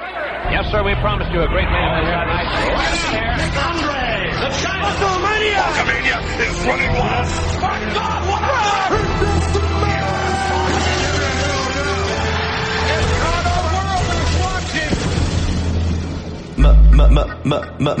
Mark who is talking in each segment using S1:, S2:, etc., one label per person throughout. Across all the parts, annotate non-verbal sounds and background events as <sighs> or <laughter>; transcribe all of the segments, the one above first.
S1: Yes, sir, we promised you a great man this
S2: Hulkamania is running wild. My God, what a
S3: Midge. Male.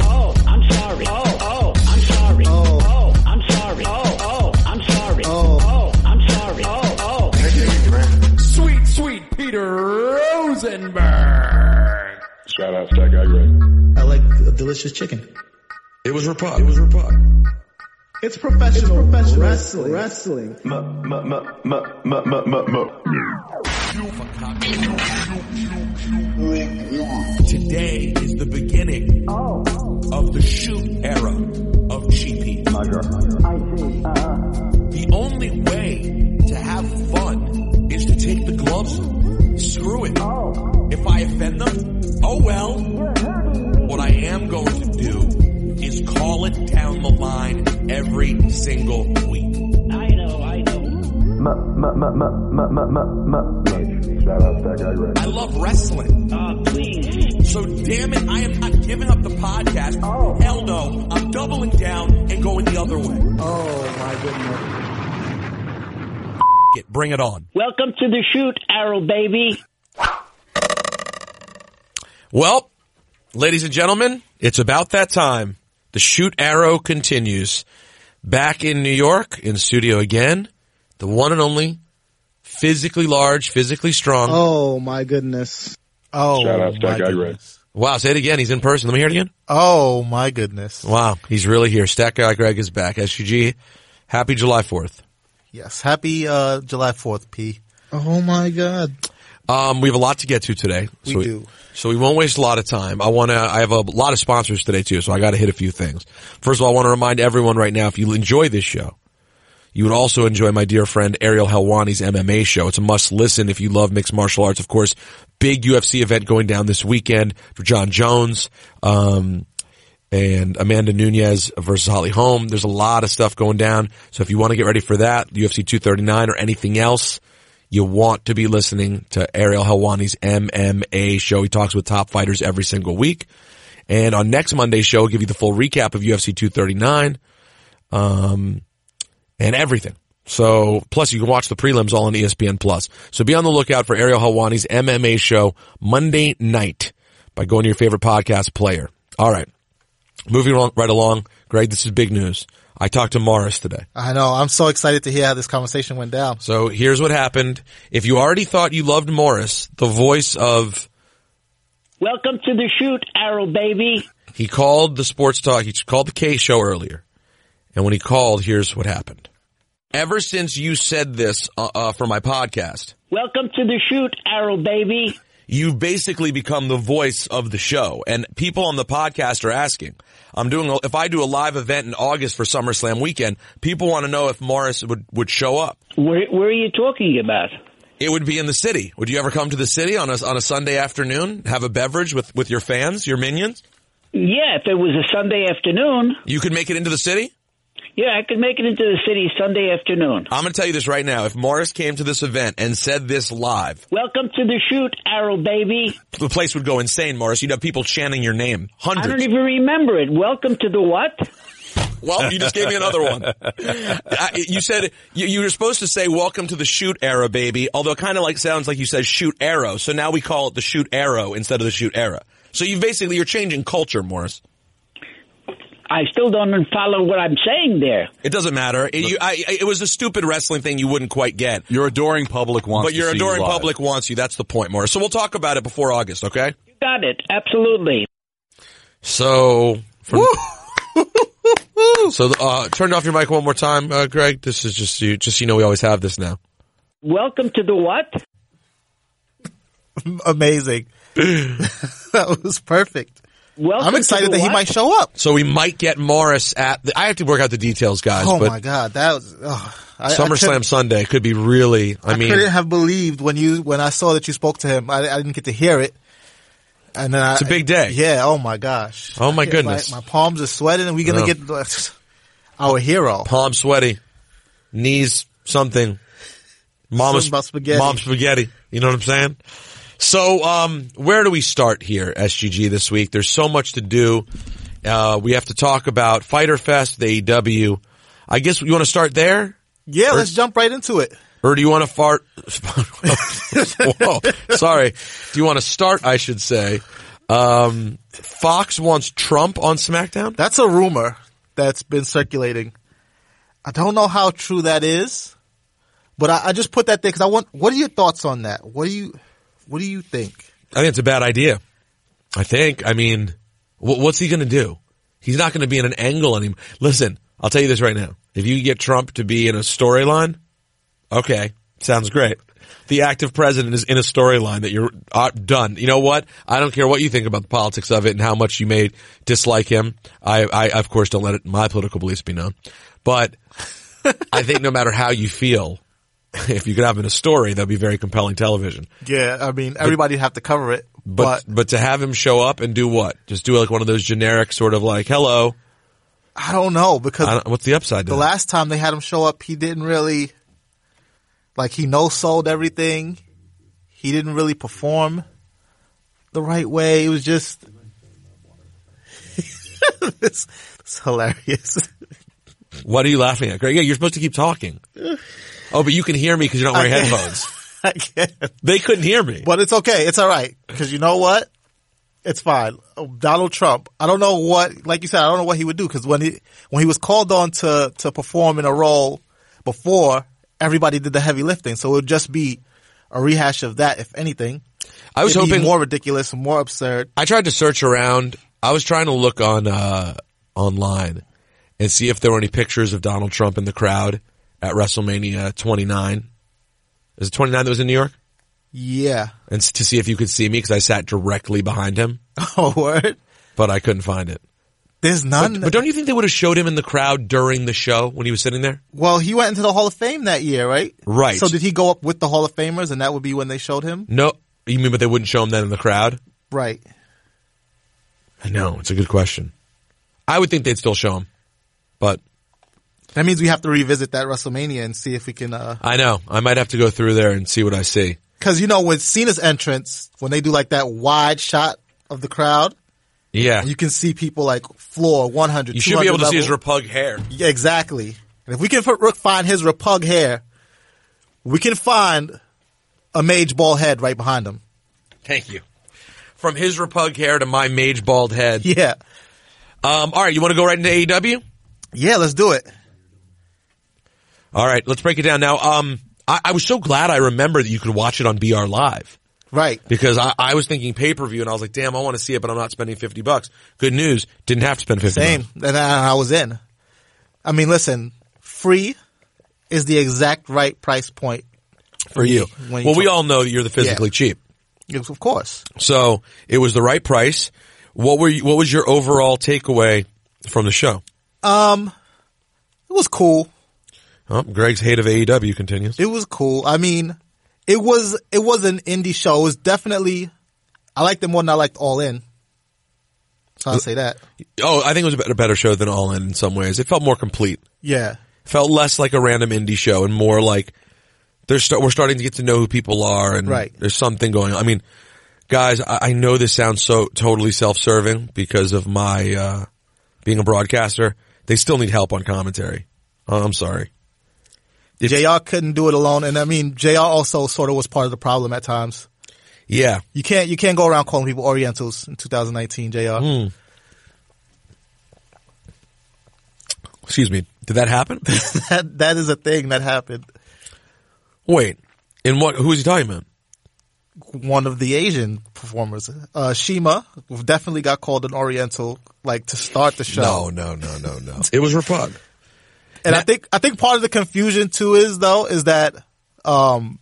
S4: oh, I'm sorry. Oh, oh, I'm sorry. Oh, oh, I'm sorry. Oh, oh, I'm sorry. Oh, oh, I'm sorry. Oh, oh.
S5: Sweet, sweet Peter Rosenberg.
S2: Shout out, Stack Guy Greg.
S6: I like a delicious chicken.
S3: It was Rapod. It was Rapod.
S6: It's professional, professional wrestling. Wrestling.
S7: Today is the beginning of the shoot era of cheapy. The only way to have fun is to take the gloves. Screw it. If I offend them, oh well. What I am going to do is call it down the line every single week.
S4: I know, I know.
S2: Shout out, Stack Guy Greg.
S7: I love wrestling.
S4: Uh, please.
S7: So damn it, I am not giving up the podcast. Oh. Hell no. I'm doubling down and going the other way.
S6: Oh my goodness.
S7: F- It, bring it on.
S4: Welcome to the shoot, Arrow baby.
S7: Well, ladies and gentlemen, it's about that time. The shoot arrow continues. Back in New York, in studio again, the one and only, physically large, physically strong.
S6: Oh my goodness.
S8: Oh,
S2: Shout out,
S8: my
S2: Stack Guy Greg.
S8: goodness.
S7: Wow, say it again. He's in person. Let me hear it again.
S8: Oh my goodness.
S7: Wow, he's really here. Stack Guy Greg is back. SUG, happy July 4th.
S8: Yes. Happy uh, July 4th, P.
S6: Oh my god.
S7: Um, we have a lot to get to today.
S8: We
S7: so
S8: do.
S7: So we won't waste a lot of time. I want to, I have a lot of sponsors today too, so I got to hit a few things. First of all, I want to remind everyone right now, if you enjoy this show, you would also enjoy my dear friend Ariel Helwani's MMA show. It's a must listen if you love mixed martial arts. Of course, big UFC event going down this weekend for John Jones. Um, and Amanda Nunez versus Holly Holm. There's a lot of stuff going down. So if you want to get ready for that, UFC 239 or anything else, you want to be listening to Ariel Helwani's MMA show. He talks with top fighters every single week. And on next Monday's show, I'll give you the full recap of UFC 239 um, and everything. So, plus you can watch the prelims all on E ESPN Plus. So be on the lookout for Ariel Helwani's MMA show Monday night by going to your favorite podcast player. All right. Moving along, right along. Greg, this is big news. I talked to Morris today.
S8: I know. I'm so excited to hear how this conversation went down. <laughs>
S7: So here's what happened. If you already thought you loved Morris, the voice of
S4: Welcome to the shoot, Arrow baby.
S7: He called the sports talk. He called the K show earlier, and when he called, here's what happened. Ever since you said this uh, uh, for my podcast,
S4: Welcome to the shoot, Arrow baby.
S7: you've basically become the voice of the show. And people on the podcast are asking. I'm doing a- if I do a live event in August for SummerSlam weekend, people want to know if Morris would would show up.
S4: Where, where are you talking about?
S7: It would be in the city. Would you ever come to the city on a on a Sunday afternoon, have a beverage with with your fans, your minions?
S4: Yeah, if it was a Sunday afternoon,
S7: You could make it into the city.
S4: yeah, I could make it into the city Sunday afternoon.
S7: I'm going to tell you this right now. If Morris came to this event and said this live,
S4: Welcome to the shoot, Arrow baby.
S7: the place would go insane, Morris. You'd have people chanting your name.
S4: I don't
S7: Hundreds.
S4: even remember it. Welcome to the what?
S7: well, you just gave me another one. I- you said, you, you were supposed to say, welcome to the shoot era, baby. Although it kind of like sounds like you said shoot arrow. So now we call it the shoot arrow instead of the shoot era. So you basically, you're changing culture, Morris.
S4: I still don't follow what I'm saying there.
S7: It doesn't matter. It, you, I, I- it was a stupid wrestling thing you wouldn't quite get.
S9: Your adoring public wants
S7: But
S9: to
S7: your
S9: see you
S7: adoring
S9: live.
S7: public wants you. That's the point, Morris. So we'll talk about it before August, okay?
S4: You got it. Absolutely.
S7: So, from, <laughs> so uh, turn off your mic one more time, uh, Greg. This is just you. Just so you know, we always have this now.
S4: Welcome to the what?
S8: <laughs> Amazing. that was perfect.
S4: Welcome
S8: I'm excited that he might show up.
S7: So we might get Morris at. The, I have to work out the details, guys.
S8: Oh
S7: but
S8: my god, that was oh, I, I
S7: SummerSlam
S8: couldn't-
S7: Sunday could be really. I,
S8: I,
S7: mean,
S8: couldn't have believed when you when I saw that you spoke to him. I, I didn't get to hear it, and then
S7: It's
S8: a
S7: a big day.
S8: Yeah. Oh my gosh.
S7: Oh my
S8: Yeah,
S7: goodness.
S8: My, my palms are sweating, and we're gonna
S7: Yeah.
S8: get <laughs> our hero.
S7: palm sweaty, knees something, mama's
S8: Something about spaghetti.
S7: Mom spaghetti. You know what I'm saying? So, um, where do we start here, SGG, this week? There's so much to do. Uh, we have to talk about Fighter Fest, the AEW. I guess you want to start there?
S8: Yeah, let's jump right into it.
S7: Or do you want to fart? <laughs> Whoa, sorry. Do you want to start? I should say. Um, Fox wants Trump on SmackDown.
S8: That's a rumor that's been circulating. I don't know how true that is, but I, I just put that there because I want. What are your thoughts on that? What do you What do you think?
S7: I think it's a bad idea. I think. I mean, wh- what's he going to do? He's not going to be in an angle anymore. Listen, I'll tell you this right now. If you get Trump to be in a storyline, okay, sounds great. The active president is in a storyline that you're uh, done. You know what? I don't care what you think about the politics of it and how much you may dislike him. I, I of course, don't let it, my political beliefs be known. But I think no matter how you feel, <laughs> if you could have him in a story, that'd be very compelling television.
S8: Yeah, I mean, everybody'd have to cover it,
S7: But, but to have him show up and do what? Just do like one of those generic sort of like, hello.
S8: I don't know because
S7: I don't, what's the upside to
S8: the
S7: that?
S8: last time they had him show up, he didn't really like he no sold everything. He didn't really perform the right way. It was just <laughs> it's, it's hilarious.
S7: What are you laughing at? Greg? Yeah, you're supposed to keep talking. Oh, but you can hear me because you're not wearing
S8: I can't.
S7: headphones.
S8: <laughs> I can't.
S7: They couldn't hear me.
S8: But it's okay. It's all right because you know what? It's fine. Oh, Donald Trump. I don't know what, like you said, I don't know what he would do because when he when he was called on to to perform in a role before, everybody did the heavy lifting, so it would just be a rehash of that, if anything.
S7: I was
S8: It'd be
S7: hoping
S8: more ridiculous, more absurd.
S7: I tried to search around. I was trying to look on uh, online and see if there were any pictures of Donald Trump in the crowd at WrestleMania 29. Is it 29 that was in New York?
S8: Yeah. <laughs>
S7: And s- to see if you could see me because I sat directly behind him,
S8: Oh, word.
S7: but I couldn't find it.
S8: There's none.
S7: But don't you think they would have showed him in the crowd during the show when he was sitting there?
S8: well, he went into the Hall of Fame that year, right?
S7: Right.
S8: So did he go up with the Hall of Famers, and that would be when they showed him?
S7: No, you mean but they wouldn't show him then in the crowd?
S8: Right.
S7: I know it's a good question. I would think they'd still show him, but
S8: That means we have to revisit that WrestleMania and see if we can. uh
S7: I know I might have to go through there and see what I see.
S8: Because you know, with Cena's entrance, when they do like that wide shot of the crowd,
S7: Yeah,
S8: you can see people like floor 100.
S7: You should be able to see his
S8: 200
S7: repug hair.
S8: level. Yeah, exactly. And if we can f- find his repug hair, we can find a mage ball head right behind him.
S7: Thank you. From his repug hair to my mage bald head.
S8: Yeah,
S7: Um, all right, you want to go right into AEW?
S8: yeah. Let's do it.
S7: All right, let's break it down now. Um, I, I was so glad I remember that you could watch it on BR Live
S8: Right.
S7: because I, I was thinking pay per view and I was like, damn, I want to see it, but I'm not spending fifty bucks. Good news, didn't have to spend fifty.
S8: Same.
S7: bucks.
S8: And I, I was in. I mean, listen, free is the exact right price point.
S7: for you.
S8: When you
S7: well, we
S8: talk-
S7: all know that you're the physically cheap,
S8: Yes, Of course.
S7: so it was the right price. What were you, what was your overall takeaway from the show?
S8: It was cool.
S7: Oh, Greg's hate of AEW continues.
S8: It was cool. I mean, it was it was an indie show. It was definitely I liked it more than I liked All In. So I'll say that.
S7: Oh, I think it was a better- better show than All In in some ways. It felt more complete.
S8: Yeah.
S7: felt less like a random indie show and more like there's st- we're starting to get to know who people are and
S8: Right.
S7: there's something going on. I mean, guys, I, I know this sounds so totally self-serving because of my uh, being a broadcaster. They still need help on commentary. Uh, I'm sorry.
S8: JR couldn't do it alone and I mean JR also sort of was part of the problem at times.
S7: Yeah,
S8: You can't you can't go around calling people Orientals in 2019, JR.
S7: excuse me. Did that happen?
S8: <laughs>
S7: <laughs>
S8: That that is a thing that happened.
S7: Wait, in what? Who is he talking about?
S8: One of the Asian performers, uh, Shima, definitely got called an Oriental like to start the show.
S7: no, no, no, no. it was Rafug.
S8: And I
S7: That-
S8: think I think part of the confusion too is though is that E um,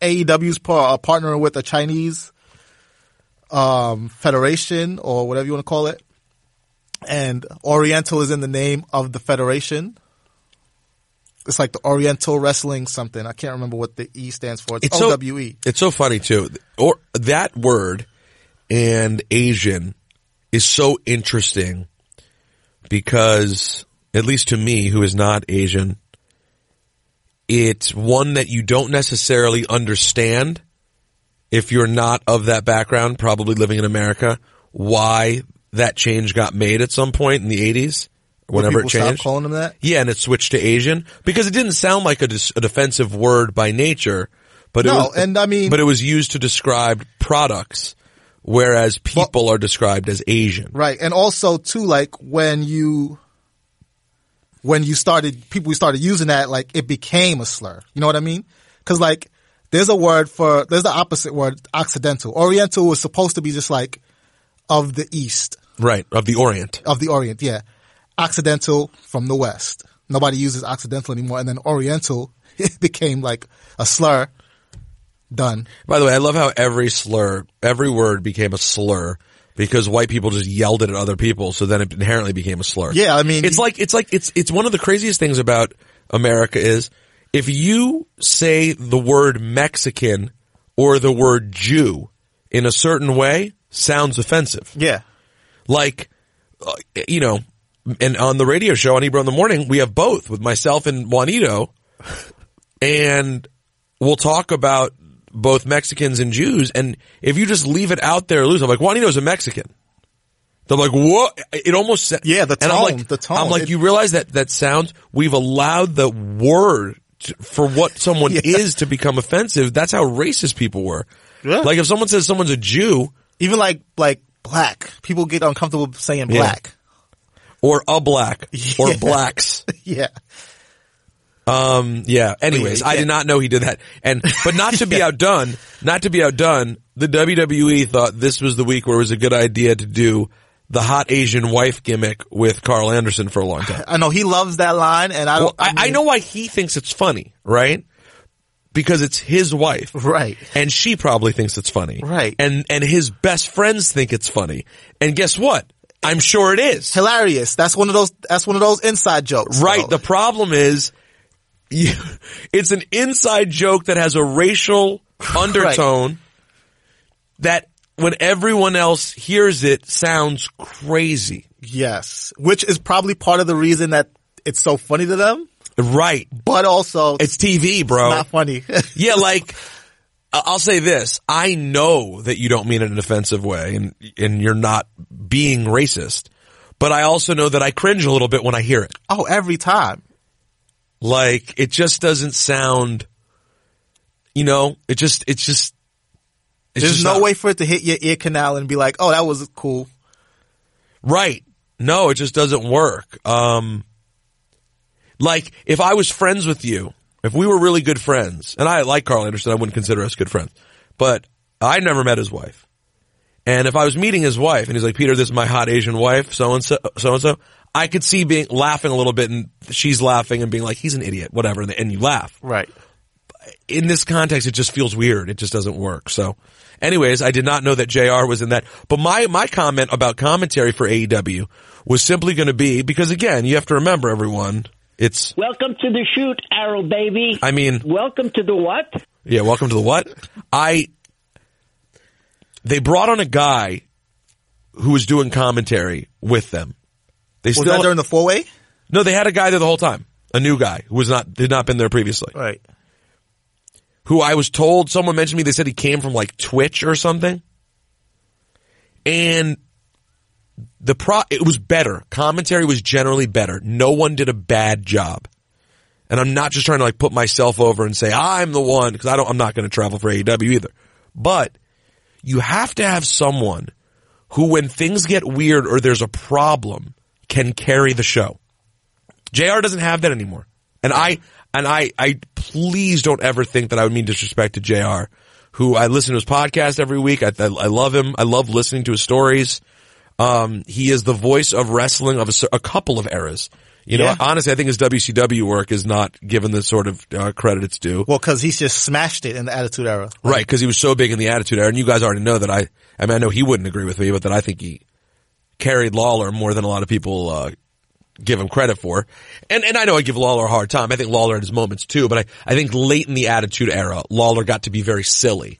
S8: AEW's par- uh, partnering with a Chinese um, federation or whatever you want to call it, and Oriental is in the name of the federation. It's like the Oriental Wrestling something. I can't remember what the E stands for. It's, E.
S7: It's so-
S8: OWE.
S7: It's so funny too. Or that word and Asian is so interesting because at least to me who is not Asian, it's one that you don't necessarily understand if you're not of that background, probably living in America, why that change got made at some point in the 80s, whenever it
S8: People stop
S7: changed.
S8: calling them that.
S7: Yeah, and it switched to Asian because it didn't sound like a, dis- a defensive word by nature, but it
S8: No,
S7: was,
S8: and I mean-
S7: but it was used to describe products, whereas people are described as Asian.
S8: Right. And also too, like when you when you started people started using that, like it became a slur. You know what I mean? Cause like there's a word for there's the opposite word, Occidental. Oriental was supposed to be just like of the East.
S7: Right, of the Orient.
S8: Of the Orient, yeah. Occidental from the West. Nobody uses Occidental anymore. And then Oriental <laughs> it became like a slur. Done.
S7: By the way, I love how every slur, every word became a slur because white people just yelled it at other people, so then it inherently became a slur.
S8: Yeah, I mean-
S7: it's like it's like it's it's one of the craziest things about America is if you say the word Mexican or the word Jew in a certain way, sounds offensive
S8: Yeah.
S7: like uh, you know and on the radio show on ebro in the morning we have both with myself and juanito and we'll talk about both mexicans and jews and if you just leave it out there loose i'm like juanito's a mexican they're like what it almost sa-
S8: Yeah, the
S7: and I'm
S8: tone,
S7: like,
S8: the tone.
S7: i'm like
S8: It-
S7: you realize that that sounds we've allowed the word to- for what someone
S8: <laughs> Yeah.
S7: is to become offensive that's how racist people were
S8: Yeah.
S7: like if someone says someone's a jew
S8: Even like like black. People get uncomfortable saying
S7: Yeah.
S8: black.
S7: or a black or
S8: <laughs> Yeah.
S7: blacks
S8: <laughs> yeah.
S7: Yeah. Anyways,
S8: Yeah,
S7: I
S8: yeah.
S7: did not know he did that. And but not
S8: <laughs>
S7: to be outdone, not to be outdone, the WWE thought this was the week where it was a good idea to do the hot Asian wife gimmick with Carl Anderson for a long
S8: <laughs>
S7: time.
S8: I know he loves that line, and Oh, I
S7: Well,
S8: don't.
S7: I, I
S8: mean-
S7: know why he thinks it's funny, right? Because it's his wife.
S8: Right.
S7: And she probably thinks it's funny.
S8: Right.
S7: And and his best friends think it's funny. And guess what? I'm sure it is.
S8: Hilarious. That's one of those. That's one of those inside jokes.
S7: Right.
S8: though.
S7: The problem is, you, <laughs> it's an inside joke that has a racial undertone that when everyone else hears it sounds crazy.
S8: yes, which is probably part of the reason that it's so funny to them,
S7: Right.
S8: but also it's
S7: It's TV, bro.
S8: not funny. <laughs>
S7: yeah, like I- I'll say this: I know that you don't mean it in an offensive way, and and you're not being racist. But I also know that I cringe a little bit when I hear it.
S8: oh, every time.
S7: Like it just doesn't sound, you know, it just, it's just, it's
S8: There's
S7: just
S8: no
S7: not-
S8: way for it to hit your ear canal and be like, "Oh, that was cool."
S7: Right. No, it just doesn't work. Um, like if I was friends with you, if we were really good friends, and I like Carl Anderson, I wouldn't consider us good friends, but I never met his wife. And if I was meeting his wife and he's like, Peter, this is my hot Asian wife, so and so, so and so, I could see being laughing a little bit and she's laughing and being like, he's an idiot, whatever. And, and you laugh.
S8: Right.
S7: in this context, it just feels weird. It just doesn't work. So, anyways, I did not know that JR was in that. But my, my comment about commentary for AEW was simply going to be because again, you have to remember everyone. It's,
S4: Welcome to the shoot, Arrow baby.
S7: I mean,
S4: Welcome to the what?
S7: yeah, welcome to the what? I, they brought on a guy who was doing commentary with them. They
S8: Was
S7: still,
S8: that during the four way?
S7: no, they had a guy there the whole time. A new guy who was not, did not been there previously.
S8: Right.
S7: who I was told someone mentioned me. They said he came from like Twitch or something, and the pro it was better. Commentary was generally better. No one did a bad job, and I'm not just trying to like put myself over and say I'm the one because I don't. I'm not going to travel for AEW either, but you have to have someone who, when things get weird or there's a problem, can carry the show. JR doesn't have that anymore. And I and I I please don't ever think that I would mean disrespect to JR, who I listen to his podcast every week. I I, I love him. I love listening to his stories. Um, he is the voice of wrestling of a, cer- a couple of eras. You know,
S8: Yeah.
S7: honestly, I think his WCW work is not given the sort of uh, credit it's due.
S8: Well, because he just smashed it in the Attitude Era.
S7: Right, because he was so big in the Attitude Era, and you guys already know that I, I mean, I know he wouldn't agree with me, but that I think he carried Lawler more than a lot of people, uh, give him credit for. And, and I know I give Lawler a hard time. I think Lawler had his moments too, but I, I think late in the Attitude Era, Lawler got to be very silly.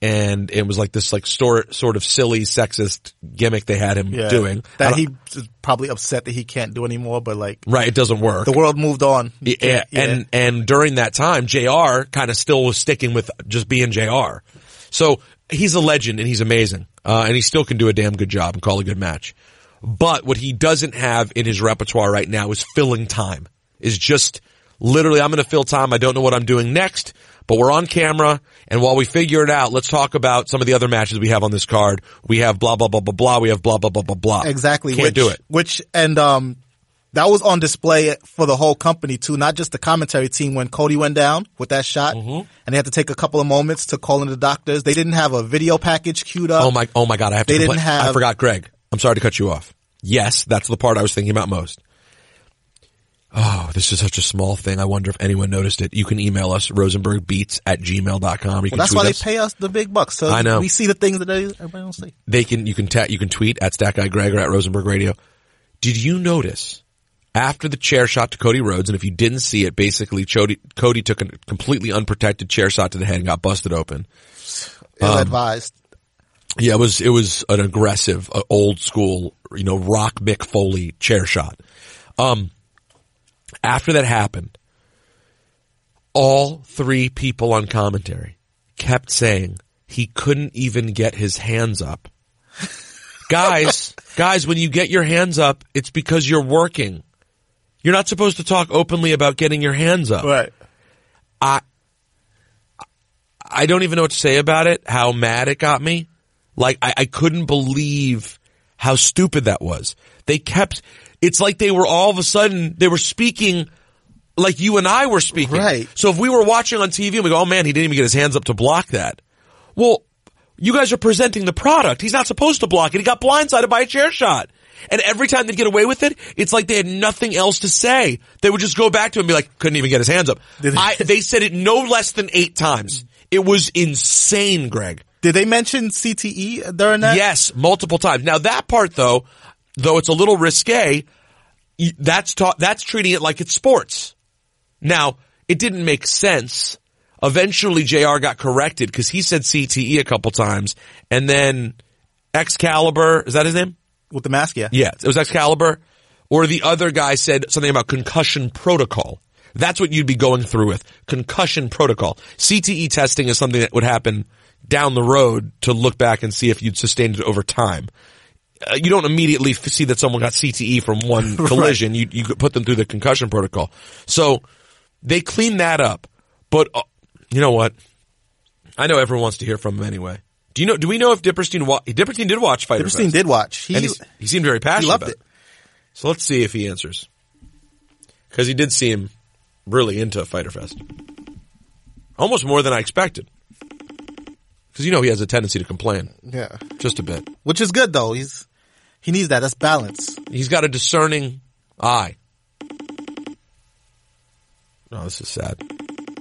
S7: And it was like this like sort, sort of silly sexist gimmick they had him
S8: Yeah,
S7: doing. I
S8: that
S7: don't-
S8: he is probably upset that he can't do anymore. But like
S7: right, it doesn't work.
S8: the world moved on. You
S7: Yeah,
S8: can't- yeah.
S7: and and during that time, Jr. kind of still was sticking with just being Jr. So he's a legend and he's amazing, uh, and he still can do a damn good job and call a good match. But what he doesn't have in his repertoire right now is filling time. Is just literally, I'm going to fill time. I don't know what I'm doing next, but we're on camera, and while we figure it out, let's talk about some of the other matches we have on this card. We have blah blah blah blah blah. We have blah blah blah blah blah.
S8: exactly
S7: Can't
S8: which,
S7: do it.
S8: Which and um, that was on display for the whole company too, not just the commentary team. When Cody went down with that shot,
S7: Mm-hmm.
S8: and they had to take a couple of moments to call in the doctors. They didn't have a video package queued up.
S7: Oh my, oh my God! I have to.
S8: Uh, They didn't
S7: compla- I
S8: have-
S7: forgot, Greg. I'm sorry to cut you off. Yes, that's the part I was thinking about most. Oh, this is such a small thing. I wonder if anyone noticed it. You can email us rosenbergbeats at gmail.com. You can
S8: Well, that's
S7: tweet
S8: why they
S7: us.
S8: pay us the big bucks. So
S7: I know.
S8: we see the things that they, everybody don't see.
S7: they can you can ta- you can tweet at Stack Guy Greg or at Rosenberg Radio. Did you notice after the chair shot to Cody Rhodes, and if you didn't see it, basically Cody, Cody took a completely unprotected chair shot to the head and got busted open. Um,
S8: Ill advised.
S7: Yeah, it was it was an aggressive, uh, old school, you know, rock Mick Foley chair shot. Um, after that happened, all three people on commentary kept saying he couldn't even get his hands up. guys, guys, when you get your hands up, it's because you're working. You're not supposed to talk openly about getting your hands up.
S8: Right.
S7: I I don't even know what to say about it. How mad it got me. Like I, I couldn't believe how stupid that was. They kept. It's like they were all of a sudden they were speaking like you and I were speaking.
S8: Right.
S7: So if we were watching on TV and we go, oh man, he didn't even get his hands up to block that. Well, you guys are presenting the product. He's not supposed to block it. He got blindsided by a chair shot. And every time they'd get away with it, it's like they had nothing else to say. They would just go back to him and be like, couldn't even get his hands up.
S8: Did they-
S7: I, they said it no less than eight times. It was insane, Greg.
S8: Did they mention CTE during that?
S7: Yes, multiple times. Now that part though, though it's a little risque, y- that's ta- that's treating it like it's sports. Now, it didn't make sense. Eventually JR got corrected cuz he said CTE a couple times and then Excalibur, is that his name?
S8: With the mask, yeah.
S7: Yeah, it was Excalibur. Or the other guy said something about concussion protocol. That's what you'd be going through with. Concussion protocol. CTE testing is something that would happen down the road to look back and see if you'd sustained it over time. Uh, you don't immediately f- see that someone got CTE from
S8: <laughs>
S7: one collision. You, you could put them through the concussion protocol. So they clean that up. But uh, you know what? I know everyone wants to hear from him anyway. Do you know? Do we know if Dipperstein? Wa- Dipperstein did watch Fighter.
S8: Dipperstein
S7: Fest.
S8: did watch. He,
S7: And he's, he seemed very passionate.
S8: loved
S7: about
S8: it.
S7: So let's see if he answers. Because he did seem really into Fighter Fest. Almost more than I expected. Because you know he has a tendency to complain.
S8: yeah.
S7: Just a bit.
S8: Which is good though. He's, he needs that. That's balance.
S7: He's got a discerning eye. Oh, this is sad.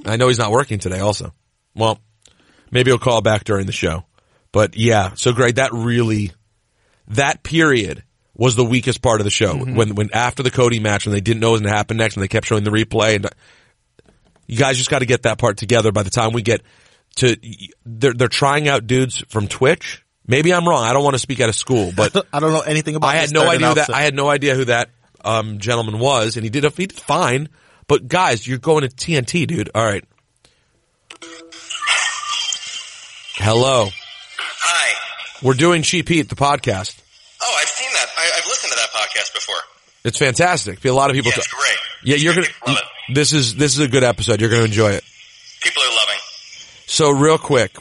S7: I know he's not working today also. Well, maybe he'll call back during the show. But yeah, so Greg, that really, that period was the weakest part of the show. When, when after the Cody match, when they didn't know what was going to happen next and they kept showing the replay and you guys just got to get that part together by the time we get to, they're, they're trying out dudes from Twitch. Maybe I'm wrong. I don't want to speak out of school, but
S8: <laughs> I don't know anything about
S7: I had
S8: this
S7: no
S8: third
S7: idea who that
S8: announcer.
S7: I had no idea who that um, gentleman was, and he did a, he did fine. But guys, you're going to TNT, dude. All right. Hello,
S9: Hi.
S7: we're doing Cheap Heat, the podcast.
S9: Oh, I've seen that. I, I've listened to that podcast before.
S7: It's fantastic. A lot of people.
S9: Yeah, it's great.
S7: Yeah, you're gonna.
S9: Love
S7: This is this is a good episode. You're gonna enjoy it.
S9: People are loving.
S7: So real quick,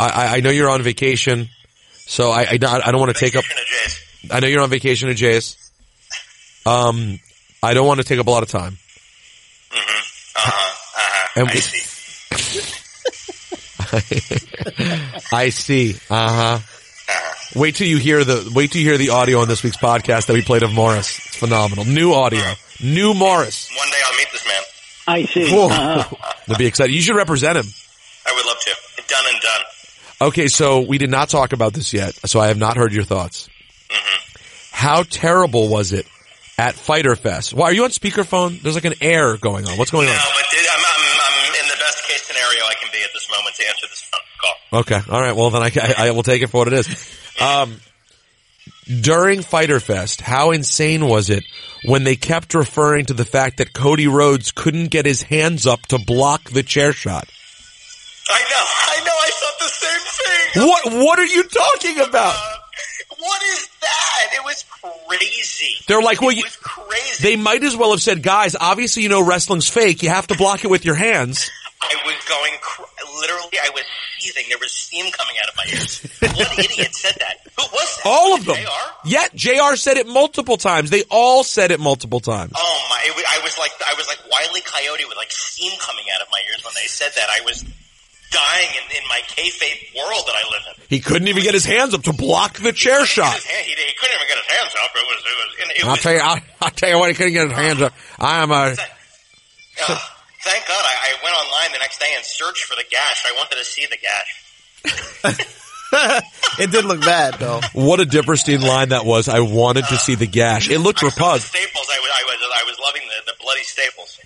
S7: I- I, I know you're on vacation, so I I, don't- I don't want to take up.
S9: Vacation at Jay's.
S7: I know you're on vacation at Jay's. Um, I don't want to take up a lot of time. And
S9: Uh-huh, I
S7: we-
S9: see.
S7: I see. Uh huh.
S9: Uh-huh.
S7: Wait till you hear the wait till you hear the audio on this week's podcast that we played of Morris. It's phenomenal. New audio. New Morris.
S9: One day I'll meet this man.
S4: I see.
S7: Whoa.
S4: Uh-huh.
S7: They'll be excited. You should represent him.
S9: I would love to. Done and done.
S7: Okay, so we did not talk about this yet, so I have not heard your thoughts. How terrible was it at Fighter Fest? Why are you on speakerphone? There's like an air going on. What's going
S9: No, but did, I'm, I'm, I'm in the best case scenario I can be at this moment to answer this phone call.
S7: on? Okay, all right. Well, then I, I, I will take it for what it is. Um, during Fighter Fest, how insane was it when they kept referring to the fact that Cody Rhodes couldn't get his hands up to block the chair shot?
S9: I know. I know. I thought the same thing. Uh,
S7: What What are you talking about?
S9: What is that? It was crazy.
S7: They're like, well, you,
S9: it was crazy.
S7: they might as well have said, guys, obviously you know wrestling's fake. You have to block it with your hands.
S9: I was going, cr- literally, I was seething. There was steam coming out of my
S7: <laughs>
S9: ears. what idiot said that? Who was that?
S7: All of
S9: Was
S7: them.
S9: it JR?
S7: Yeah, JR said it multiple times. They all said it multiple times.
S9: Oh my! It, wa- I was like, I was like Wiley Coyote with like steam coming out of my ears when they said that. I was dying in, in my kayfabe world that I live in.
S7: He couldn't even get his hands up to block the chair shot.
S9: His hand- he, he couldn't even get his hands up. It was, it was, and it
S7: I'll
S9: was
S7: tell you, I'll, I'll tell you what, he couldn't get his hands up. I am a,
S9: Ugh. thank God I, I went online the next day and searched for the gash. I wanted to see the gash.
S8: It did look bad though.
S7: what a Dipperstein line that was. I wanted to see the gash. It looked
S9: The
S7: repugnant.
S9: staples. I was, I was, I was loving the, the bloody staples.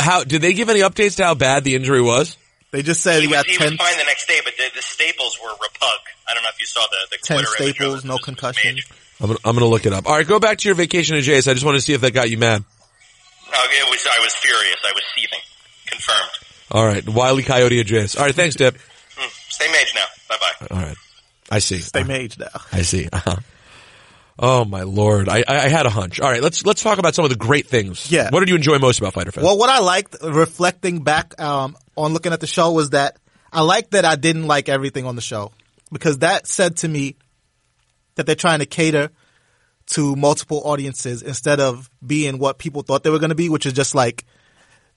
S7: How, did they give any updates to how bad the injury was?
S8: They just said
S9: He
S8: he
S9: was,
S8: got
S9: he was
S8: ten.
S9: fine the next day, but the, the staples were repug. I don't know if you saw the, the
S8: 10
S9: Twitter image of
S8: staples,
S9: it.
S8: no
S9: It was
S8: concussion.
S9: major.
S7: I'm gonna, I'm gonna look it up. All right, go back to your vacation to Jay's. I just wanted to see if that got you mad.
S9: Oh, it was, I was furious. I was seething. Confirmed.
S7: All right, Wiley Coyote at Jay's. All right, thanks, Dip.
S9: Hmm. Stay mage now. Bye bye.
S7: All right, I see.
S8: They mage now.
S7: I see. Uh-huh. Oh my lord! I, I I had a hunch. All right, let's let's talk about some of the great things.
S8: Yeah.
S7: What did you enjoy most about Fighter Fest?
S8: Well, what I liked reflecting back um, on looking at the show was that I liked that I didn't like everything on the show because that said to me that they're trying to cater to multiple audiences instead of being what people thought they were going to be, which is just like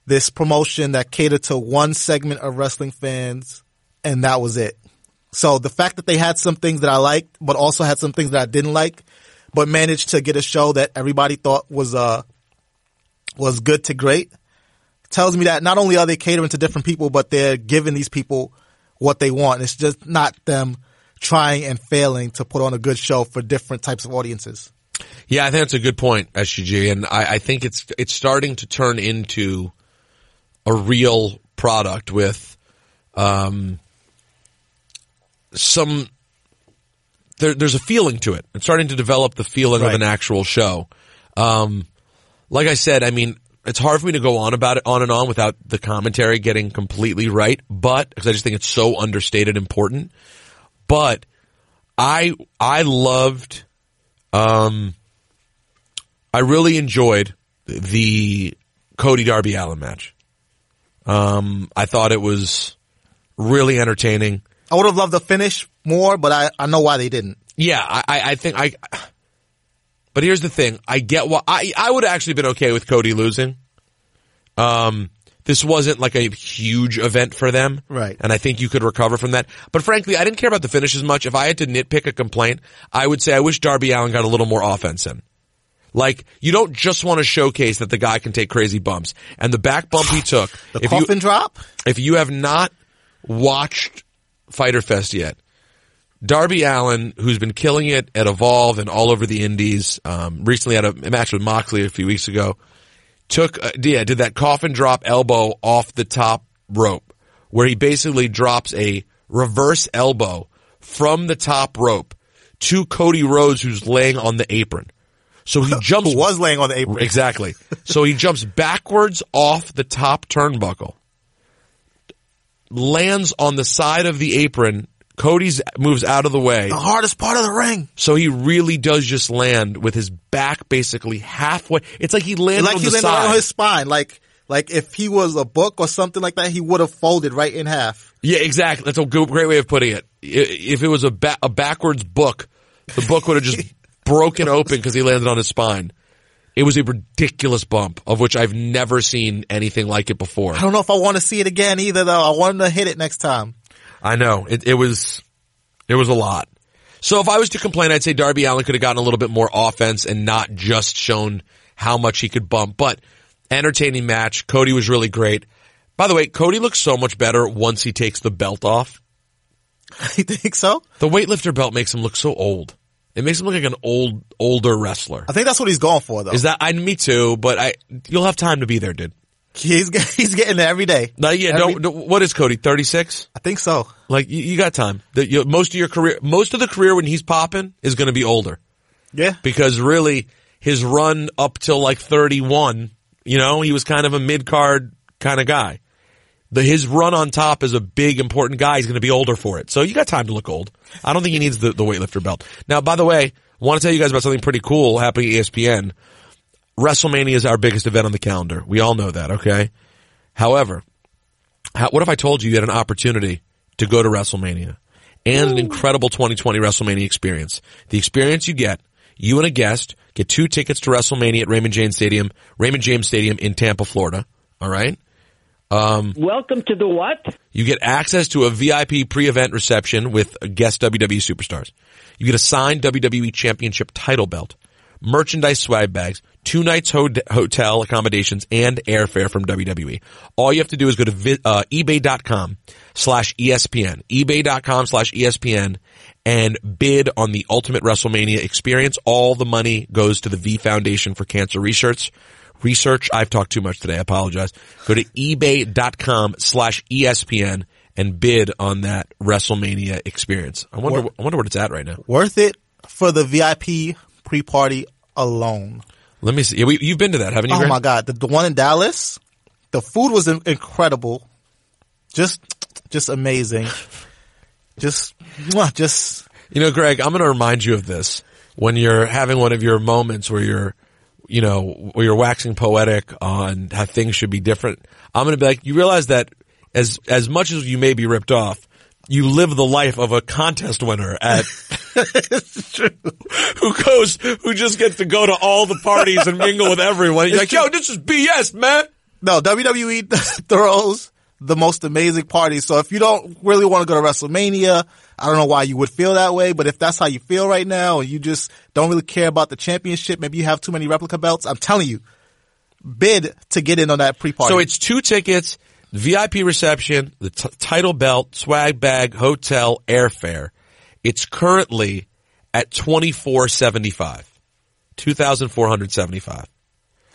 S8: this promotion that catered to one segment of wrestling fans, and that was it. So the fact that they had some things that I liked, but also had some things that I didn't like, but managed to get a show that everybody thought was uh was good to great tells me that not only are they catering to different people, but they're giving these people what they want. It's just not them trying and failing to put on a good show for different types of audiences.
S7: yeah, I think that's a good point, SGG, and I, I think it's it's starting to turn into a real product with um some there, there's a feeling to it. It's starting to develop the feeling of
S8: Right.
S7: an actual show. Um, like I said, I mean, it's hard for me to go on about it on and on without the commentary getting completely right, but because I just think it's so understated important. But I I loved, um, I really enjoyed the Cody Darby Allen match. Um, I thought it was really entertaining.
S8: I would have loved to finish more, but I, I know why they didn't.
S7: Yeah, I, I I think I. But here's the thing: I get why I I would have actually been okay with Cody losing. Um, this wasn't like a huge event for them,
S8: Right.
S7: And I think you could recover from that. But frankly, I didn't care about the finish as much. If I had to nitpick a complaint, I would say I wish Darby Allen got a little more offense in. Like you don't just want to showcase that the guy can take crazy bumps, and the back bump
S8: <sighs>
S7: he took.
S8: The
S7: if you-
S8: coffin drop?
S7: if you have not watched Fighter Fest yet, Darby Allen, who's been killing it at Evolve and all over the Indies, um, recently had a match with Moxley a few weeks ago, took uh, yeah did that coffin drop elbow off the top rope, where he basically drops a reverse elbow from the top rope to Cody Rhodes, who's laying on the apron. So he jumps
S8: <laughs> Who was laying on the apron.
S7: Exactly. so he jumps backwards off the top turnbuckle, lands on the side of the apron. Cody's moves out of the way.
S8: The hardest part of the ring.
S7: So he really does just land with his back basically halfway. It's like he landed
S8: Like
S7: on
S8: he
S7: the
S8: landed
S7: side.
S8: on his spine. Like, like if he was a book or something like that, he would have folded right in half.
S7: yeah, exactly. That's a good, great way of putting it. I- If it was a, ba- a backwards book, the book would have
S8: <laughs>
S7: just broken open because he landed on his spine. It was a ridiculous bump of which I've never seen anything like it before.
S8: I don't know if I want to see it again either though. I want him to hit it next time.
S7: I know it, it was, it was a lot. So if I was to complain, I'd say Darby Allen could have gotten a little bit more offense and not just shown how much he could bump. But entertaining match. Cody was really great. By the way, Cody looks so much better once he takes the belt off.
S8: <laughs> you think so?
S7: The weightlifter belt makes him look so old. It makes him look like an old, older wrestler.
S8: I think that's what he's going for, though.
S7: Is that I? Me too, but I. You'll have time to be there, dude.
S8: he's get- <laughs> he's getting there every day.
S7: Like, yeah,
S8: Every-
S7: don't, don't- what is Cody? Thirty six.
S8: I think so.
S7: Like you, you got time. The, you, most of your career, most of the career when he's popping is going to be older
S8: Yeah,
S7: <laughs> because really his run up till like thirty one. You know, he was kind of a mid card kind of guy. The, his run on top is a big important guy. He's going to be older for it. So you got time to look old. I don't think he needs the, the weightlifter belt. Now, by the way, I want to tell you guys about something pretty cool happening at E ESPN. WrestleMania is our biggest event on the calendar. We all know that, okay? However, how, what if I told you you had an opportunity to go to WrestleMania and an incredible 2020 WrestleMania experience? The experience you get, you and a guest get two tickets to WrestleMania at Raymond James Stadium, Raymond James Stadium in Tampa, Florida. All right.
S4: Welcome to the what?
S7: You get access to a VIP pre-event reception with guest WWE superstars. You get a signed WWE championship title belt, merchandise swag bags, two nights ho- hotel accommodations, and airfare from WWE. All you have to do is go to vi- uh, ebay.com slash E ESPN, ebay.com slash E ESPN and bid on the ultimate WrestleMania experience. All the money goes to the V Foundation for Cancer Research research. I've talked too much today. I apologize. Go to ebay.com slash E ESPN and bid on that WrestleMania experience. I wonder, I wonder what it's at right now.
S8: worth it for the VIP pre-party alone.
S7: Let me see. Yeah, we, you've been to that, haven't you?
S8: Oh
S7: Greg?
S8: my god, the, the one in Dallas, the food was in- incredible, just just amazing, just mwah, just
S7: You know, Greg, I'm going to remind you of this when you're having one of your moments where you're, you know, where you're waxing poetic on how things should be different. I'm going to be like, you realize that as, as much as you may be ripped off, you live the life of a contest winner at, who goes, who just gets to go to all the parties and mingle with everyone. You're like, yo, this is BS, man.
S8: no WWE <laughs> throws the most amazing parties. So if you don't really want to go to WrestleMania, I don't know why you would feel that way, but if that's how you feel right now, and you just don't really care about the championship, maybe you have too many replica belts. I'm telling you, bid to get in on that pre-party.
S7: So it's two tickets, VIP reception, the t- title belt, swag bag, hotel, airfare. It's currently at twenty four seventy five, two thousand four hundred seventy five.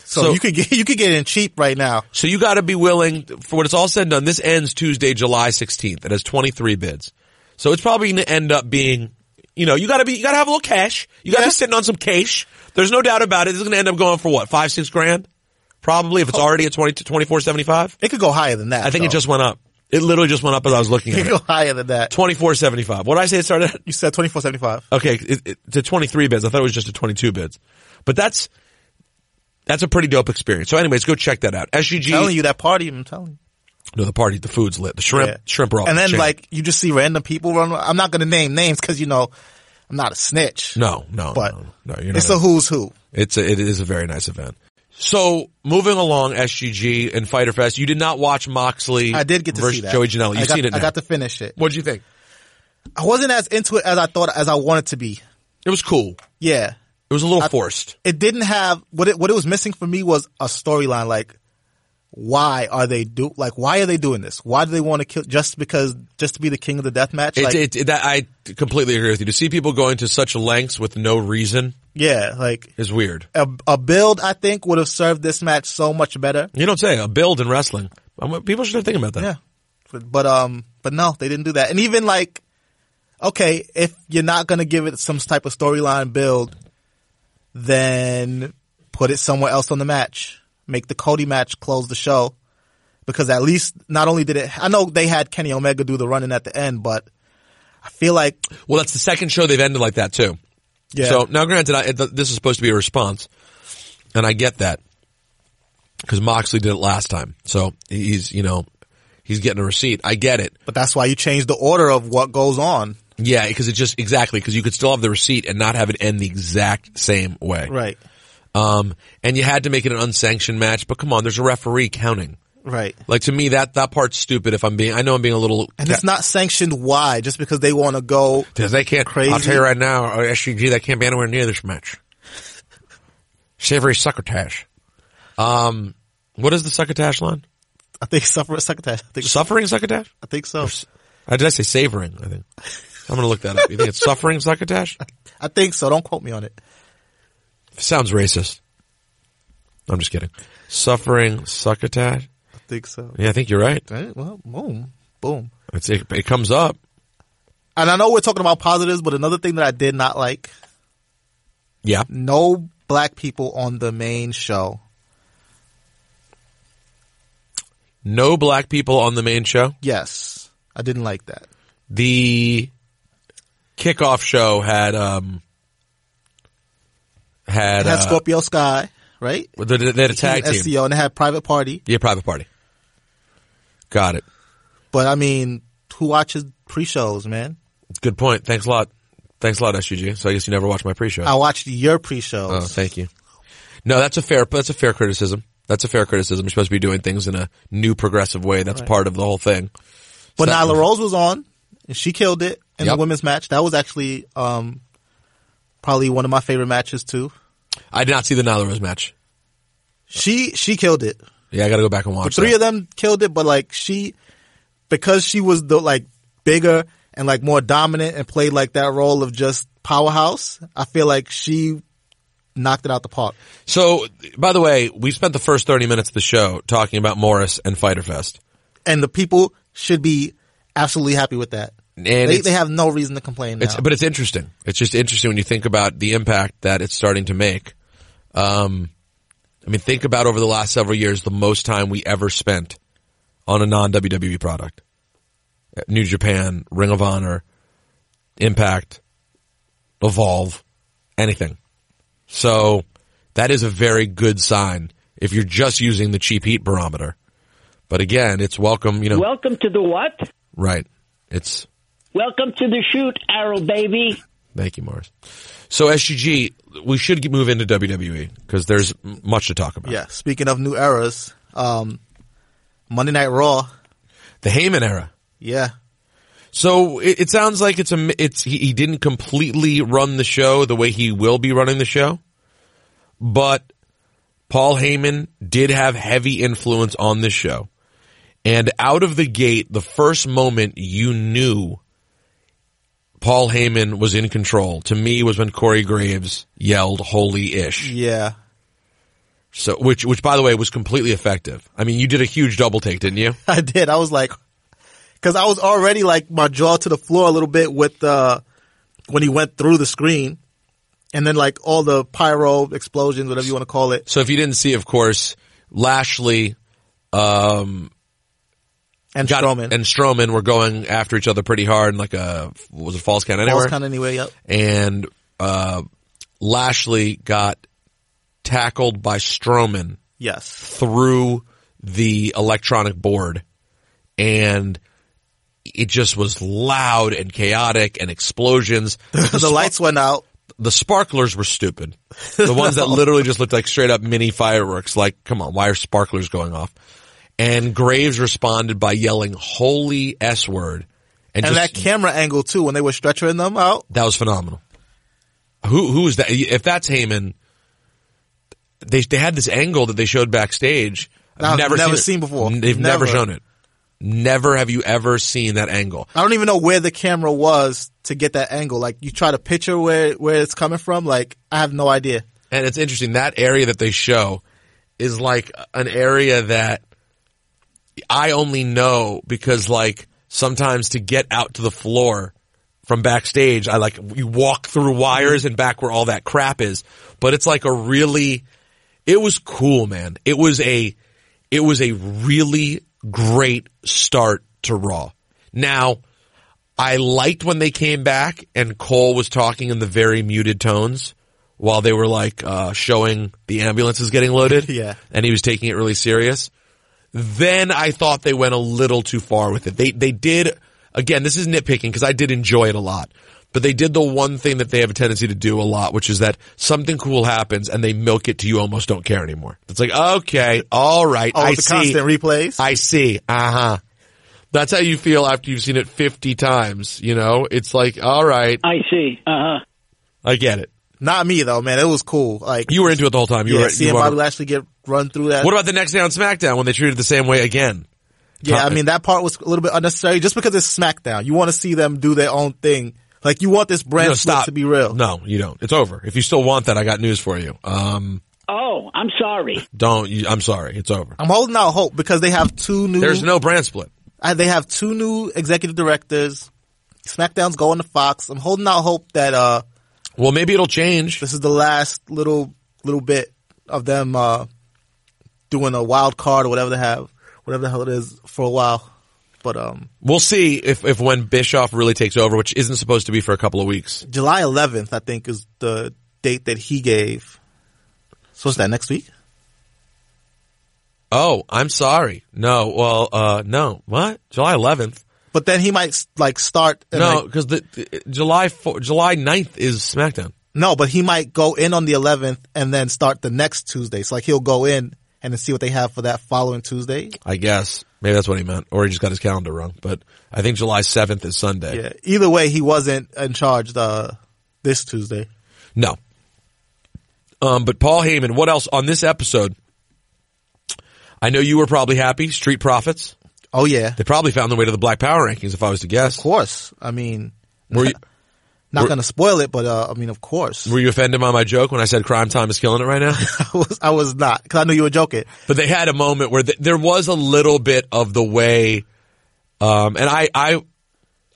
S8: so,
S7: so-
S8: you could get you could get in cheap right now.
S7: So you got to be willing for when it's all said and done. This ends Tuesday, July sixteenth. It has twenty three bids, so it's probably going to end up being, you know, you got to be, you got to have a little cash. You got to
S8: Yeah.
S7: be sitting on some cash. There's no doubt about it. This is going to end up going for what five, six grand, probably if
S8: Oh.
S7: it's already at twenty twenty four seventy five.
S8: It could go higher than that.
S7: I think it
S8: though.
S7: just went up. It literally just went up as I was looking
S8: <laughs> it
S7: at
S8: could <laughs>
S7: it.
S8: go higher than that.
S7: Twenty four seventy five. What did I say it started? At?
S8: You said twenty four seventy five.
S7: Okay, it, it, to twenty three bids. I thought it was just to twenty two bids, but that's that's a pretty dope experience. So, anyways, go check that out.
S8: telling
S7: SGG.
S8: you that party. I'm telling you.
S7: No, the party, the food's lit. The shrimp,
S8: Yeah.
S7: shrimp are off.
S8: And
S7: the
S8: then
S7: chain.
S8: like you just see random people run. I'm not gonna name names because you know I'm not a snitch.
S7: no, no,
S8: but
S7: no, no, you're not.
S8: it's a who's who.
S7: It's a, it is a very nice event. So moving along, SGG and Fighter Fest. You did not watch Moxley.
S8: I did get to
S7: versus
S8: see that.
S7: Joey Janela.
S8: I
S7: You've
S8: got-
S7: seen it. Now.
S8: I got to finish it.
S7: What'd you think?
S8: I wasn't as into it as I thought as I wanted to be.
S7: It was cool.
S8: Yeah,
S7: It was a little forced.
S8: it didn't have what it what it was missing for me was a storyline like. Why are they do like? Why are they doing this? Why do they want to kill just because just to be the king of the death match?
S7: It,
S8: Like,
S7: it, it- that I completely agree with you. To see people going to such lengths with no reason
S8: yeah, like
S7: is weird.
S8: a, a build I think would have served this match so much better.
S7: You don't say a build in wrestling. I'm- People should think about that.
S8: Yeah. But, but um but no, they didn't do that. And even like okay, if you're not going to give it some type of storyline build, then put it somewhere else on the match. Make the Cody match close the show because at least not only did it I know they had Kenny Omega do the running at the end, but I feel like
S7: Well, that's the second show they've ended like that too.
S8: yeah.
S7: So now, granted, I, th- this is supposed to be a response, and I get that because Moxley did it last time, so he's you know he's getting a receipt. I get it.
S8: but that's why you change the order of what goes on.
S7: Yeah, because it just exactly because you could still have the receipt and not have it end the exact same way.
S8: Right.
S7: Um, and you had to make it an unsanctioned match, but come on, there's a referee counting.
S8: Right.
S7: Like to me, that that part's stupid. If I'm being, I know I'm being a little.
S8: And it's not sanctioned why, just because they want to go.
S7: Because they can't. I'll
S8: Crazy.
S7: tell you right now, uh, SGG, they can't be anywhere near this match. Savory succotash. Um, what is the succotash line?
S8: I think suffer succotash. I think,
S7: Suffering succotash?
S8: I think so.
S7: Uh, did I say savoring? I think. I'm gonna look that up. You
S8: <laughs>
S7: think it's suffering succotash?
S8: I think so. Don't quote me on it.
S7: Sounds racist. I'm just kidding. Suffering succotash?
S8: I think so.
S7: Yeah, I think you're right.
S8: Right? Well, boom, boom.
S7: It's, it, it comes up.
S8: And I know we're talking about positives, but another thing that I did not like:
S7: Yeah.
S8: no black people on the main show.
S7: No black people on the main show.
S8: Yes, I didn't like that.
S7: the kickoff show had um had,
S8: It had
S7: uh,
S8: Scorpio Sky, right?
S7: they, they had a tag
S8: He was
S7: team.
S8: SEO, and it had Private Party.
S7: Yeah, private party. Got it.
S8: But I mean, who watches pre-shows, man?
S7: Good point. Thanks a lot. Thanks a lot, SUG. So I guess you never watched my pre-show.
S8: I watched your pre-shows.
S7: Oh, thank you. No, that's a fair. That's a fair criticism. That's a fair criticism. You're supposed to be doing things in a new progressive way. That's part of the whole thing.
S8: But
S7: So-
S8: Nyla Rose was on, and she killed it in
S7: Yep.
S8: the women's match. That was actually um, probably one of my favorite matches too.
S7: I did not see the Nyla Rose match.
S8: She she killed it.
S7: Yeah, I got to go back and watch.
S8: Three
S7: that.
S8: of them killed it, but like she, because she was the like bigger and like more dominant and played like that role of just powerhouse. I feel like she knocked it out the park.
S7: So, by the way, we spent the first thirty minutes of the show talking about Morris and Fighter Fest.
S8: and the people should be absolutely happy with that.
S7: And
S8: They,
S7: it's-
S8: they have no reason to complain now.
S7: It's, but it's interesting. It's just interesting when you think about the impact that it's starting to make. Um, I mean, think about over the last several years, the most time we ever spent on a non WWE product. New Japan, Ring of Honor, Impact, Evolve, anything. So that is a very good sign if you're just using the cheap heat barometer. But again, it's welcome, you know,
S4: Welcome to the what?
S7: right. It's
S4: Welcome to the shoot, Arrow baby.
S7: Thank you, Mars. So SGG, we should move into WWE because there's m- much to talk about.
S8: yeah. Speaking of new eras, um, Monday Night Raw.
S7: the Heyman era.
S8: Yeah.
S7: So it, it sounds like it's a m- it's he, he didn't completely run the show the way he will be running the show, but Paul Heyman did have heavy influence on this show, and out of the gate, the first moment you knew Paul Heyman was in control to me was when Corey Graves yelled "Holy ish."
S8: Yeah.
S7: So, which, which by the way was completely effective. I mean, you did a huge double take, didn't you?
S8: <laughs> I did. I was like, cause I was already like my jaw to the floor a little bit with, uh, when he went through the screen and then like all the pyro explosions, whatever you want to call it.
S7: So if you didn't see, of course, Lashley
S8: And
S7: got,
S8: Strowman.
S7: and Strowman were going after each other pretty hard in like a, what was it false count anywhere?
S8: Falls count anyway. Yep.
S7: and, uh, Lashley got tackled by Strowman
S8: Yes.
S7: through the electronic board and it just was loud and chaotic and
S8: <laughs>
S7: explosions.
S8: The lights went out.
S7: the sparklers were stupid. The ones
S8: <laughs>
S7: that literally just looked like straight up mini fireworks. Like, come on, why are sparklers going off? And Graves responded by yelling "Holy S word," and,
S8: And
S7: just
S8: that camera angle too, when they were stretching them out.
S7: that was phenomenal. Who who is that? If that's Heyman, they they had this angle that they showed backstage.
S8: I've never
S7: it.
S8: seen before.
S7: They've never.
S8: Never.
S7: shown it. Never have you ever seen that angle.
S8: I don't even know where the camera was to get that angle. Like you try to picture where where it's coming from. Like I have no idea.
S7: And it's interesting that area that they show is like an area that I only know because like sometimes to get out to the floor from backstage, I like you walk through wires and back where all that crap is, but it's like a really it was cool, man. It was a it was a really great start to Raw. Now, I liked when they came back and Cole was talking in the very muted tones while they were like uh, showing the ambulances getting loaded.
S8: Yeah.
S7: and he was taking it really serious. Then I thought they went a little too far with it. They they did again. This is nitpicking because I did enjoy it a lot, But they did the one thing that they have a tendency to do a lot, which is that something cool happens and they milk it to you almost don't care anymore. It's like, okay, all right,
S8: Oh,
S7: I
S8: with the
S7: see.
S8: constant replays.
S7: I see. Uh huh. That's how you feel after you've seen it 50 times, you know? It's like, all right,
S4: I see. Uh huh.
S7: I get it.
S8: Not me though, man. It was cool. Like
S7: You were into it the whole time. You
S8: yeah,
S7: were,
S8: seeing
S7: you were-
S8: Bobby Lashley get run through that.
S7: What about the next day on SmackDown when they treated it the same way again?
S8: yeah, I
S7: Tom-
S8: mean that part was a little bit unnecessary just because it's SmackDown. You want to see them do their own thing. Like you want this brand
S7: no,
S8: split
S7: stop.
S8: to be real.
S7: No, you don't. It's over. If you still want that, I got news for you. Um,
S4: Oh, I'm sorry.
S7: don't. You, I'm sorry. It's over.
S8: I'm holding out hope because they have two new.
S7: There's no brand split.
S8: Uh, they have two new executive directors. SmackDown's going to Fox. I'm holding out hope that uh
S7: Well, maybe it'll change.
S8: this is the last little little bit of them uh doing a wild card or whatever they have, whatever the hell it is for a while. But um
S7: We'll see if, if when Bischoff really takes over, which isn't supposed to be for a couple of weeks.
S8: July 11th, I think, is the date that he gave. So is that next week?
S7: Oh, I'm sorry. No. Well, uh, no. What? July 11th?
S8: But then he might like start. and,
S7: No,
S8: like-
S7: because the, the- July 4, July 9th is SmackDown.
S8: no, but he might go in on the 11th and then start the next Tuesday. So like he'll go in and then see what they have for that following Tuesday.
S7: I guess maybe that's what he meant, or he just got his calendar wrong. But I think July 7th is Sunday.
S8: Yeah. Either way, he wasn't in charge uh, this Tuesday.
S7: No. Um, but Paul Heyman, what else on this episode? I know you were probably happy. Street Profits.
S8: Oh yeah,
S7: They probably found their way to the Black Power rankings, if I was to
S8: of
S7: guess.
S8: course. I mean,
S7: Were you,
S8: not
S7: We're-
S8: gonna spoil it, but uh, I mean, of course.
S7: were you offended by my joke when I said crime time is killing it right now?
S8: <laughs> I was I was not because I knew you were joking.
S7: but they had a moment where th- there was a little bit of the way, um, and I, I,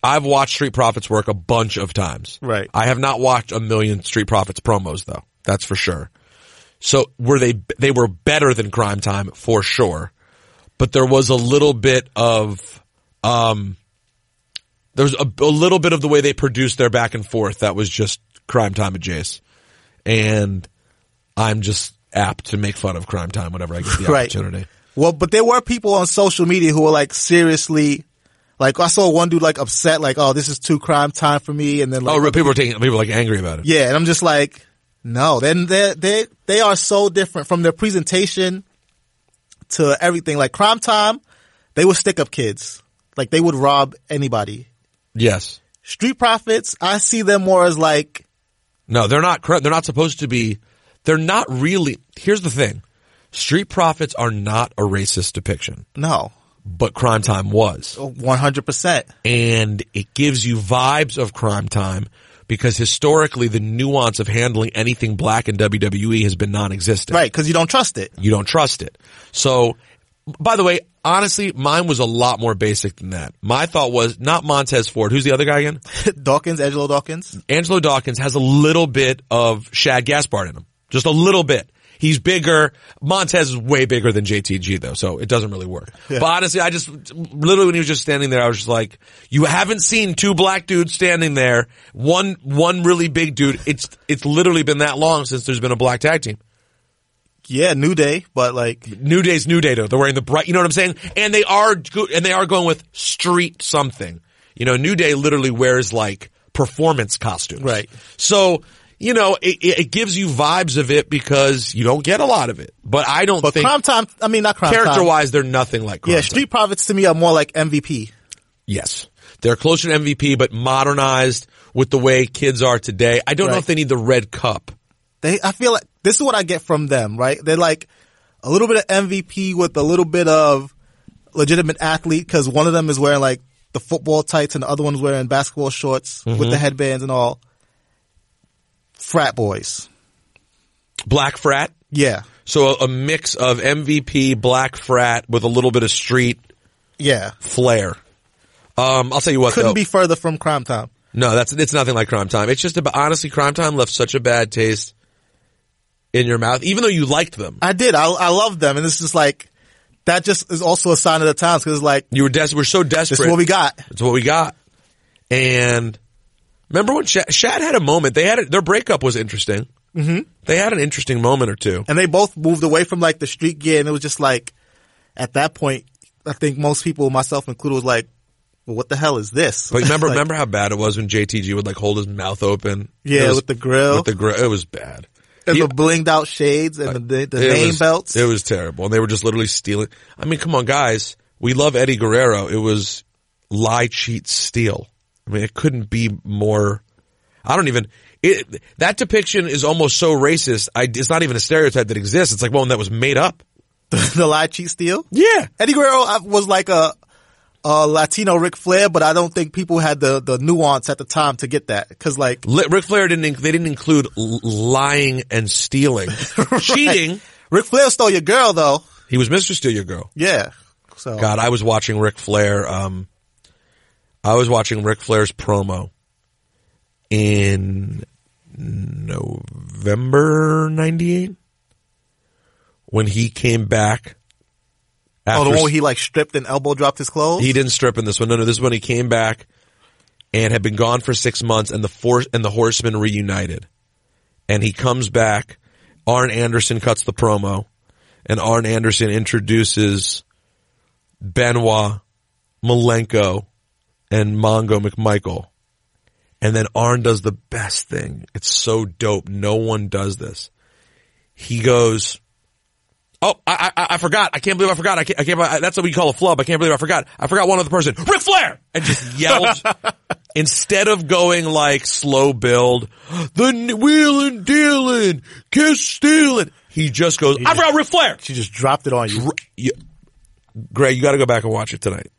S7: I've watched Street Profits work a bunch of times.
S8: Right.
S7: I have not watched a million Street Profits promos though. That's for sure. So were they, they were better than Crime Time for sure, but there was a little bit of, um, there was a, a little bit of the way they produced their back and forth that was just Crime Time and Jace. And I'm just apt to make fun of Crime Time whenever I get the
S8: <laughs> Right.
S7: opportunity.
S8: Well, but there were people on social media who were like seriously, like I saw one dude like upset, like oh this is too crime time for me, and then like
S7: Oh, re- people were taking, people were like angry about it.
S8: yeah, and I'm just like no, then they they they are so different from their presentation to everything. Like crime time, they would stick up kids, like they would rob anybody.
S7: Yes.
S8: Street profits, I see them more as like
S7: No, they're not. cor- They're not supposed to be. They're not really. Here's the thing: Street Profits are not a racist depiction,
S8: no,
S7: but Crime Time was,
S8: one hundred percent.
S7: and it gives you vibes of Crime Time because historically the nuance of handling anything black in WWE has been non-existent.
S8: Right, because you don't trust it.
S7: You don't trust it. So, by the way, honestly, mine was a lot more basic than that. My thought was not Montez Ford. Who's the other guy again?
S8: <laughs> Dawkins, Angelo Dawkins.
S7: Angelo Dawkins has a little bit of Shad Gaspard in him. Just a little bit. He's bigger. Montez is way bigger than JTG though, so it doesn't really work. But honestly, I just, literally when he was just standing there, I was just like, you haven't seen two black dudes standing there, one, one really big dude. It's, it's literally been that long since there's been a black tag team.
S8: Yeah, New Day, but like
S7: New Day's New Day though. They're wearing the bright, you know what I'm saying? And they are, go- and they are going with street something. You know, New Day literally wears like performance costumes.
S8: Right.
S7: So, you know, it, it it gives you vibes of it because you don't get a lot of it. But I don't
S8: But
S7: think
S8: crime time, I mean not crime time.
S7: character wise, they're nothing like Crime
S8: yeah,
S7: Time.
S8: street profits to me are more like MVP.
S7: Yes. They're closer to MVP, but modernized with the way kids are today. I don't know
S8: Right.
S7: if they need the red cup.
S8: They, I feel like this is what I get from them, right? They're like a little bit of MVP with a little bit of legitimate athlete because one of them is wearing like the football tights and the other one's wearing basketball shorts with the headbands and all. Frat boys,
S7: Black frat.
S8: yeah,
S7: So a, a mix of MVP, black frat with a little bit of street
S8: yeah,
S7: flair. Um, I'll tell you what,
S8: couldn't
S7: though.
S8: be further from crime time.
S7: no, that's it's nothing like Crime Time. It's just about honestly, Crime Time left such a bad taste in your mouth, even though you liked them.
S8: I did, I, I love them, and it's just like that. Just is also a sign of the times because like
S7: You were des- we're so desperate.
S8: this is what we got.
S7: It's what we got. And remember when Shad, Shad had a moment? They had a, their breakup was interesting. Mm-hmm. They had an interesting moment or two.
S8: and they both moved away from like the street gear and it was just like at that point i think most people myself included was like well, what the hell is this? <laughs>
S7: But remember,
S8: Like,
S7: remember how bad it was when JTG would like hold his mouth open.
S8: Yeah,
S7: It was-
S8: with the grill.
S7: With the grill, it was bad.
S8: and
S7: He-
S8: the blinged out shades and the, the
S7: it
S8: name
S7: was-
S8: belts.
S7: It was terrible, and they were just literally stealing. I mean, come on, guys. We love Eddie Guerrero. It was lie, cheat, steal. I mean, it couldn't be more. I don't even. It, that depiction is almost so racist. I, it's not even a stereotype that exists. It's like one that was made up.
S8: <laughs> the lie, cheat, steal.
S7: Yeah,
S8: Eddie Guerrero uh, was like a, a Latino Ric Flair, but I don't think people had the, the nuance at the time to get that. Cause like, <laughs>
S7: Li- Ric Flair didn't. inc- They didn't include l- lying and
S8: <laughs>
S7: stealing, cheating.
S8: Ric Flair stole your girl though.
S7: He was Mister Steal Your Girl.
S8: Yeah. So.
S7: Oh, God, I was watching Ric Flair. Um, I was watching Ric Flair's promo in November '98 when he came back.
S8: Oh,
S7: after
S8: the one where he like stripped and elbow dropped his clothes?
S7: he didn't strip in this one. No, no, this is when he came back and had been gone for six months, and the four and the Horsemen reunited, and he comes back. Arn Anderson cuts the promo, and Arn Anderson introduces Benoit, Malenko, and Mongo McMichael. And then Arn does the best thing. It's so dope. No one does this. He goes, Oh, I, I, I forgot. I can't believe I forgot. I can't, I can't, I, that's what we call a flub. I can't believe I forgot. I forgot one other person. Ric Flair! And just <laughs> yelled. instead of going like slow build, the wheeling, dealing, kiss stealing, he just goes, I forgot Ric Flair!
S8: She just dropped it on you.
S7: you, Greg, you got to go back and watch it tonight.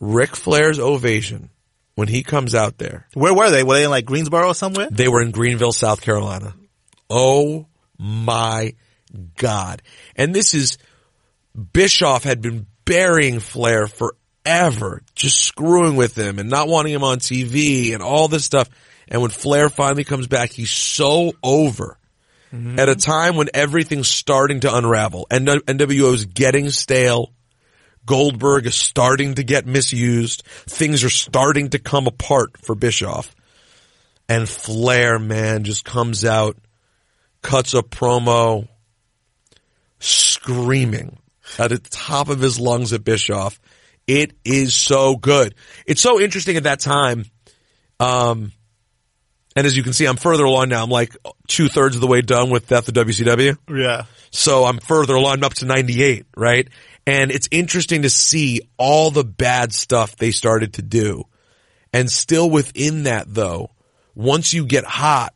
S7: Ric Flair's ovation when he comes out there.
S8: Where were they? Were they in like Greensboro or somewhere?
S7: They were in Greenville, South Carolina. Oh my God! And this is Bischoff had been burying Flair forever, just screwing with him and not wanting him on TV and all this stuff. And when Flair finally comes back, he's so over at a time when everything's starting to unravel. And NWO is getting stale. Goldberg is starting to get misused. Things are starting to come apart for Bischoff. And Flair, man, just comes out, cuts a promo, screaming at the top of his lungs at Bischoff. It is so good. It's so interesting at that time. Um, and as you can see, I'm further along now. I'm like two thirds of the way done with Death of WCW.
S8: Yeah.
S7: So I'm further along up to 98, right? And it's interesting to see all the bad stuff they started to do. And still within that though, once you get hot,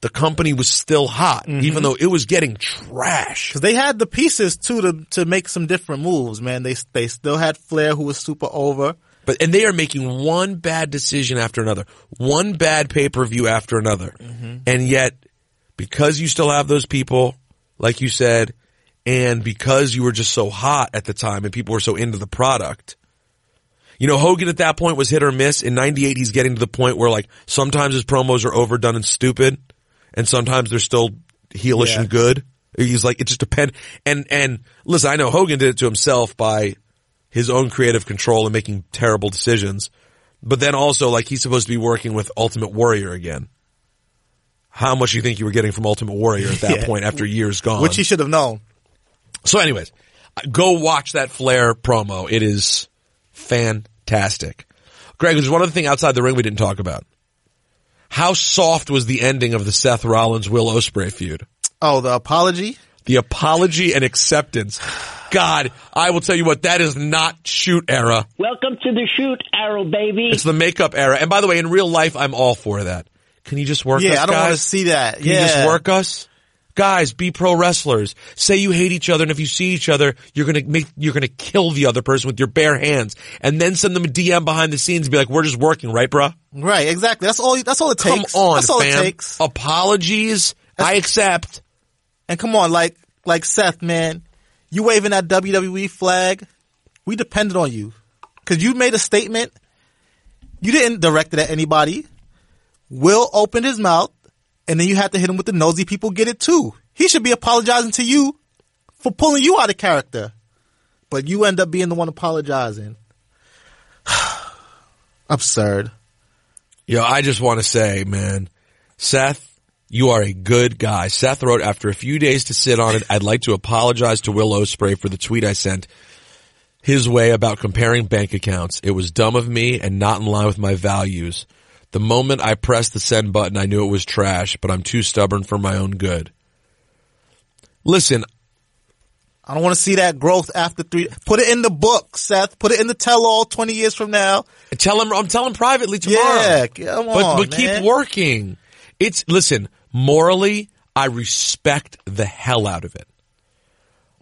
S7: the company was still hot, even though it was getting trash.
S8: Cause they had the pieces too to, to make some different moves, man. They, they still had Flair who was super over.
S7: But, and they are making one bad decision after another, one bad pay-per-view after another. And yet, because you still have those people, like you said, and because you were just so hot at the time and people were so into the product, you know, Hogan at that point was hit or miss. In 98, he's getting to the point where like sometimes his promos are overdone and stupid and sometimes they're still heelish
S8: Yeah.
S7: and good. He's like, it just depend. And, and listen, I know Hogan did it to himself by his own creative control and making terrible decisions. But then also like he's supposed to be working with Ultimate Warrior again. How much you think you were getting from Ultimate Warrior at that
S8: <laughs> Yeah.
S7: point after years gone?
S8: Which he should have known.
S7: So, anyways, go watch that Flair promo. It is fantastic. Greg, there's one other thing outside the ring we didn't talk about. How soft was the ending of the Seth Rollins Will Ospreay feud?
S8: Oh, the apology?
S7: The apology and acceptance. God, I will tell you what, that is not shoot era.
S4: Welcome to the shoot, Arrow baby.
S7: It's the makeup era. And by the way, in real life, I'm all for that. Can you just work us,
S8: Yeah, I don't want to
S7: guys?
S8: see that.
S7: Can
S8: yeah.
S7: you just work us? Guys, be pro wrestlers. Say you hate each other, and if you see each other, you're gonna make, you're gonna kill the other person with your bare hands, and then send them a DM behind the scenes and be like, "We're just working, right, bruh?
S8: Right, exactly. That's all, that's all it
S7: Come
S8: takes.
S7: on,
S8: That's all
S7: fam.
S8: it takes.
S7: Apologies, I accept.
S8: And come on, like, like Seth, man, you waving that WWE flag, we depended on you. Cause you made a statement. You didn't direct it at anybody. Will opened his mouth and then you had to hit him with the nosy people get it too. He should be apologizing to you for pulling you out of character. But you end up being the one apologizing. <sighs> Absurd.
S7: Yo, I just want to say, man, Seth, you are a good guy. Seth wrote, after a few days to sit on it, I'd like to apologize to Will Osprey for the tweet I sent. his way about comparing bank accounts. It was dumb of me and not in line with my values. The moment I pressed the send button, I knew it was trash, but I'm too stubborn for my own good. Listen,
S8: I don't want to see that growth after three. Put it in the book, Seth. Put it in the tell-all twenty years from now.
S7: tell him I'm telling privately tomorrow.
S8: Yeah, come
S7: but
S8: on,
S7: but
S8: man.
S7: keep working. It's listen, morally, I respect the hell out of it.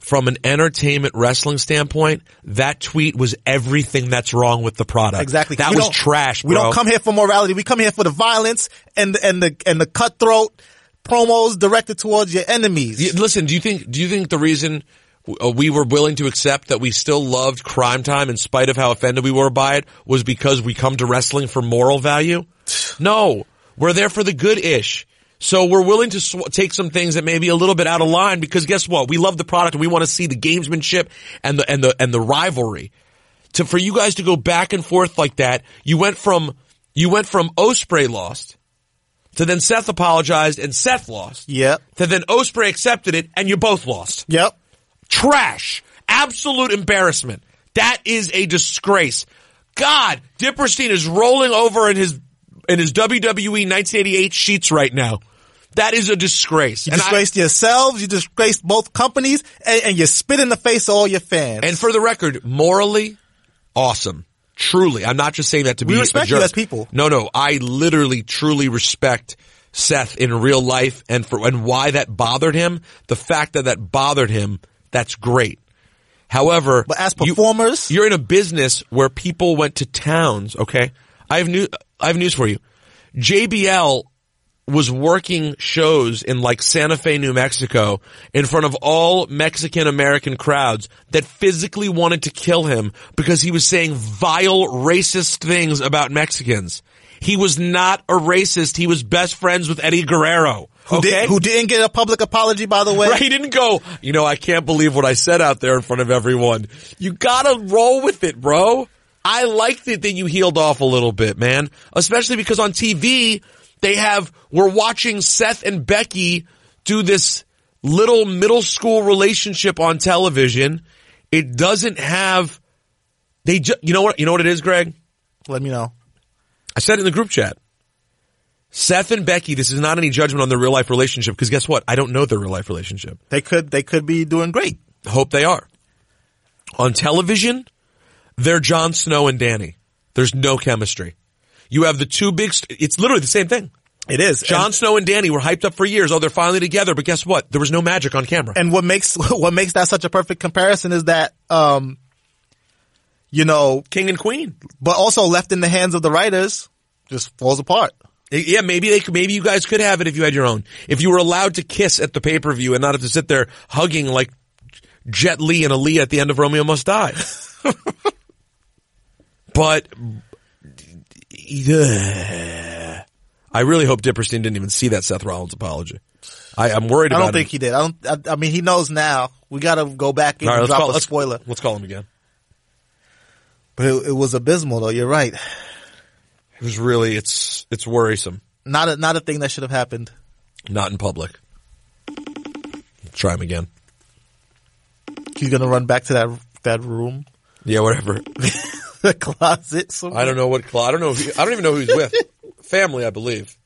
S7: From an entertainment wrestling standpoint, that tweet was everything that's wrong with the product.
S8: Exactly.
S7: That
S8: We
S7: was
S8: don't-
S7: trash, bro.
S8: We don't come here for morality. We come here for the violence and and the and the cutthroat promos directed towards your enemies.
S7: Y- Listen, do you think do you think the reason w- uh, we were willing to accept that we still loved Crime Time in spite of how offended we were by it was because we come to wrestling for moral value? No, we're there for the good ish. So we're willing to sw- take some things that may be a little bit out of line because guess what? We love the product and we want to see the gamesmanship and the and the and the rivalry to for you guys to go back and forth like that, you went from you went from Osprey lost to then Seth apologized and Seth lost.
S8: Yep.
S7: To then Osprey accepted it and you both lost.
S8: Yep.
S7: Trash. Absolute embarrassment. That is a disgrace. God, Dipperstein is rolling over in his in his WWE 1988 sheets right now. That is a disgrace.
S8: You
S7: And I-
S8: disgraced yourselves. You disgraced both companies, and, and you spit in the face of all your fans.
S7: And for the record, morally, awesome. Truly, I'm not just saying that to
S8: We
S7: be a
S8: respect you
S7: jerk.
S8: as people.
S7: No, no, I literally, truly respect Seth in real life, and for and why that bothered him. The fact that that bothered him, that's great. However,
S8: But as
S7: you-
S8: performers-
S7: you're in a business where people went to towns. Okay, I have new, I have news for you. JBL was working shows in like Santa Fe, New Mexico in front of all Mexican American crowds that physically wanted to kill him because he was saying vile racist things about Mexicans. He was not a racist. He was best friends with Eddie Guerrero.
S8: who,
S7: okay?
S8: did, who didn't get a public apology, by the way.
S7: <laughs> Right? He didn't go, you know, I can't believe what I said out there in front of everyone. You gotta roll with it, bro. I liked it that you healed off a little bit, man. Especially because on TV, they have, we're watching Seth and Becky do this little middle school relationship on television. It doesn't have, they ju- you know what, you know what it is, Greg?
S8: Let me know.
S7: I said it in the group chat. Seth and Becky, this is not any judgment on their real life relationship because guess what? I don't know their real life relationship
S8: They could they could be doing great.
S7: hope they are. On television, they're Jon Snow and Danny. There's no chemistry. You have the two big, st- it's literally the same thing.
S8: It is.
S7: Jon Snow and Danny were hyped up for years. Oh, they're finally together. But guess what? There was no magic on camera.
S8: and what makes <laughs> what makes that such a perfect comparison is that um you know
S7: King and Queen.
S8: but also left in the hands of the writers just falls apart
S7: I- Yeah, maybe they, could- maybe you guys could have it if you had your own. If you were allowed to kiss at the pay per view and not have to sit there hugging like Jet Li and Aaliyah at the end of Romeo Must Die. but yeah. I really hope Dipperstein didn't even see that Seth Rollins apology. I, I'm worried
S8: i
S7: about.
S8: don't think he did i don't I, I mean he knows now we gotta go back
S7: Him.
S8: and
S7: All right, let's
S8: drop
S7: call.
S8: a
S7: Let's,
S8: spoiler
S7: Let's call him again.
S8: but it, it was abysmal though you're right
S7: It was really. It's it's worrisome.
S8: not a not a thing that should have happened
S7: Not in public. Try him again.
S8: he's gonna run back to that that room <laughs>
S7: Yeah, whatever. <laughs>
S8: the closet somewhere.
S7: I don't know what Cla I don't know. Who, I don't even know who he's with. Family, I believe.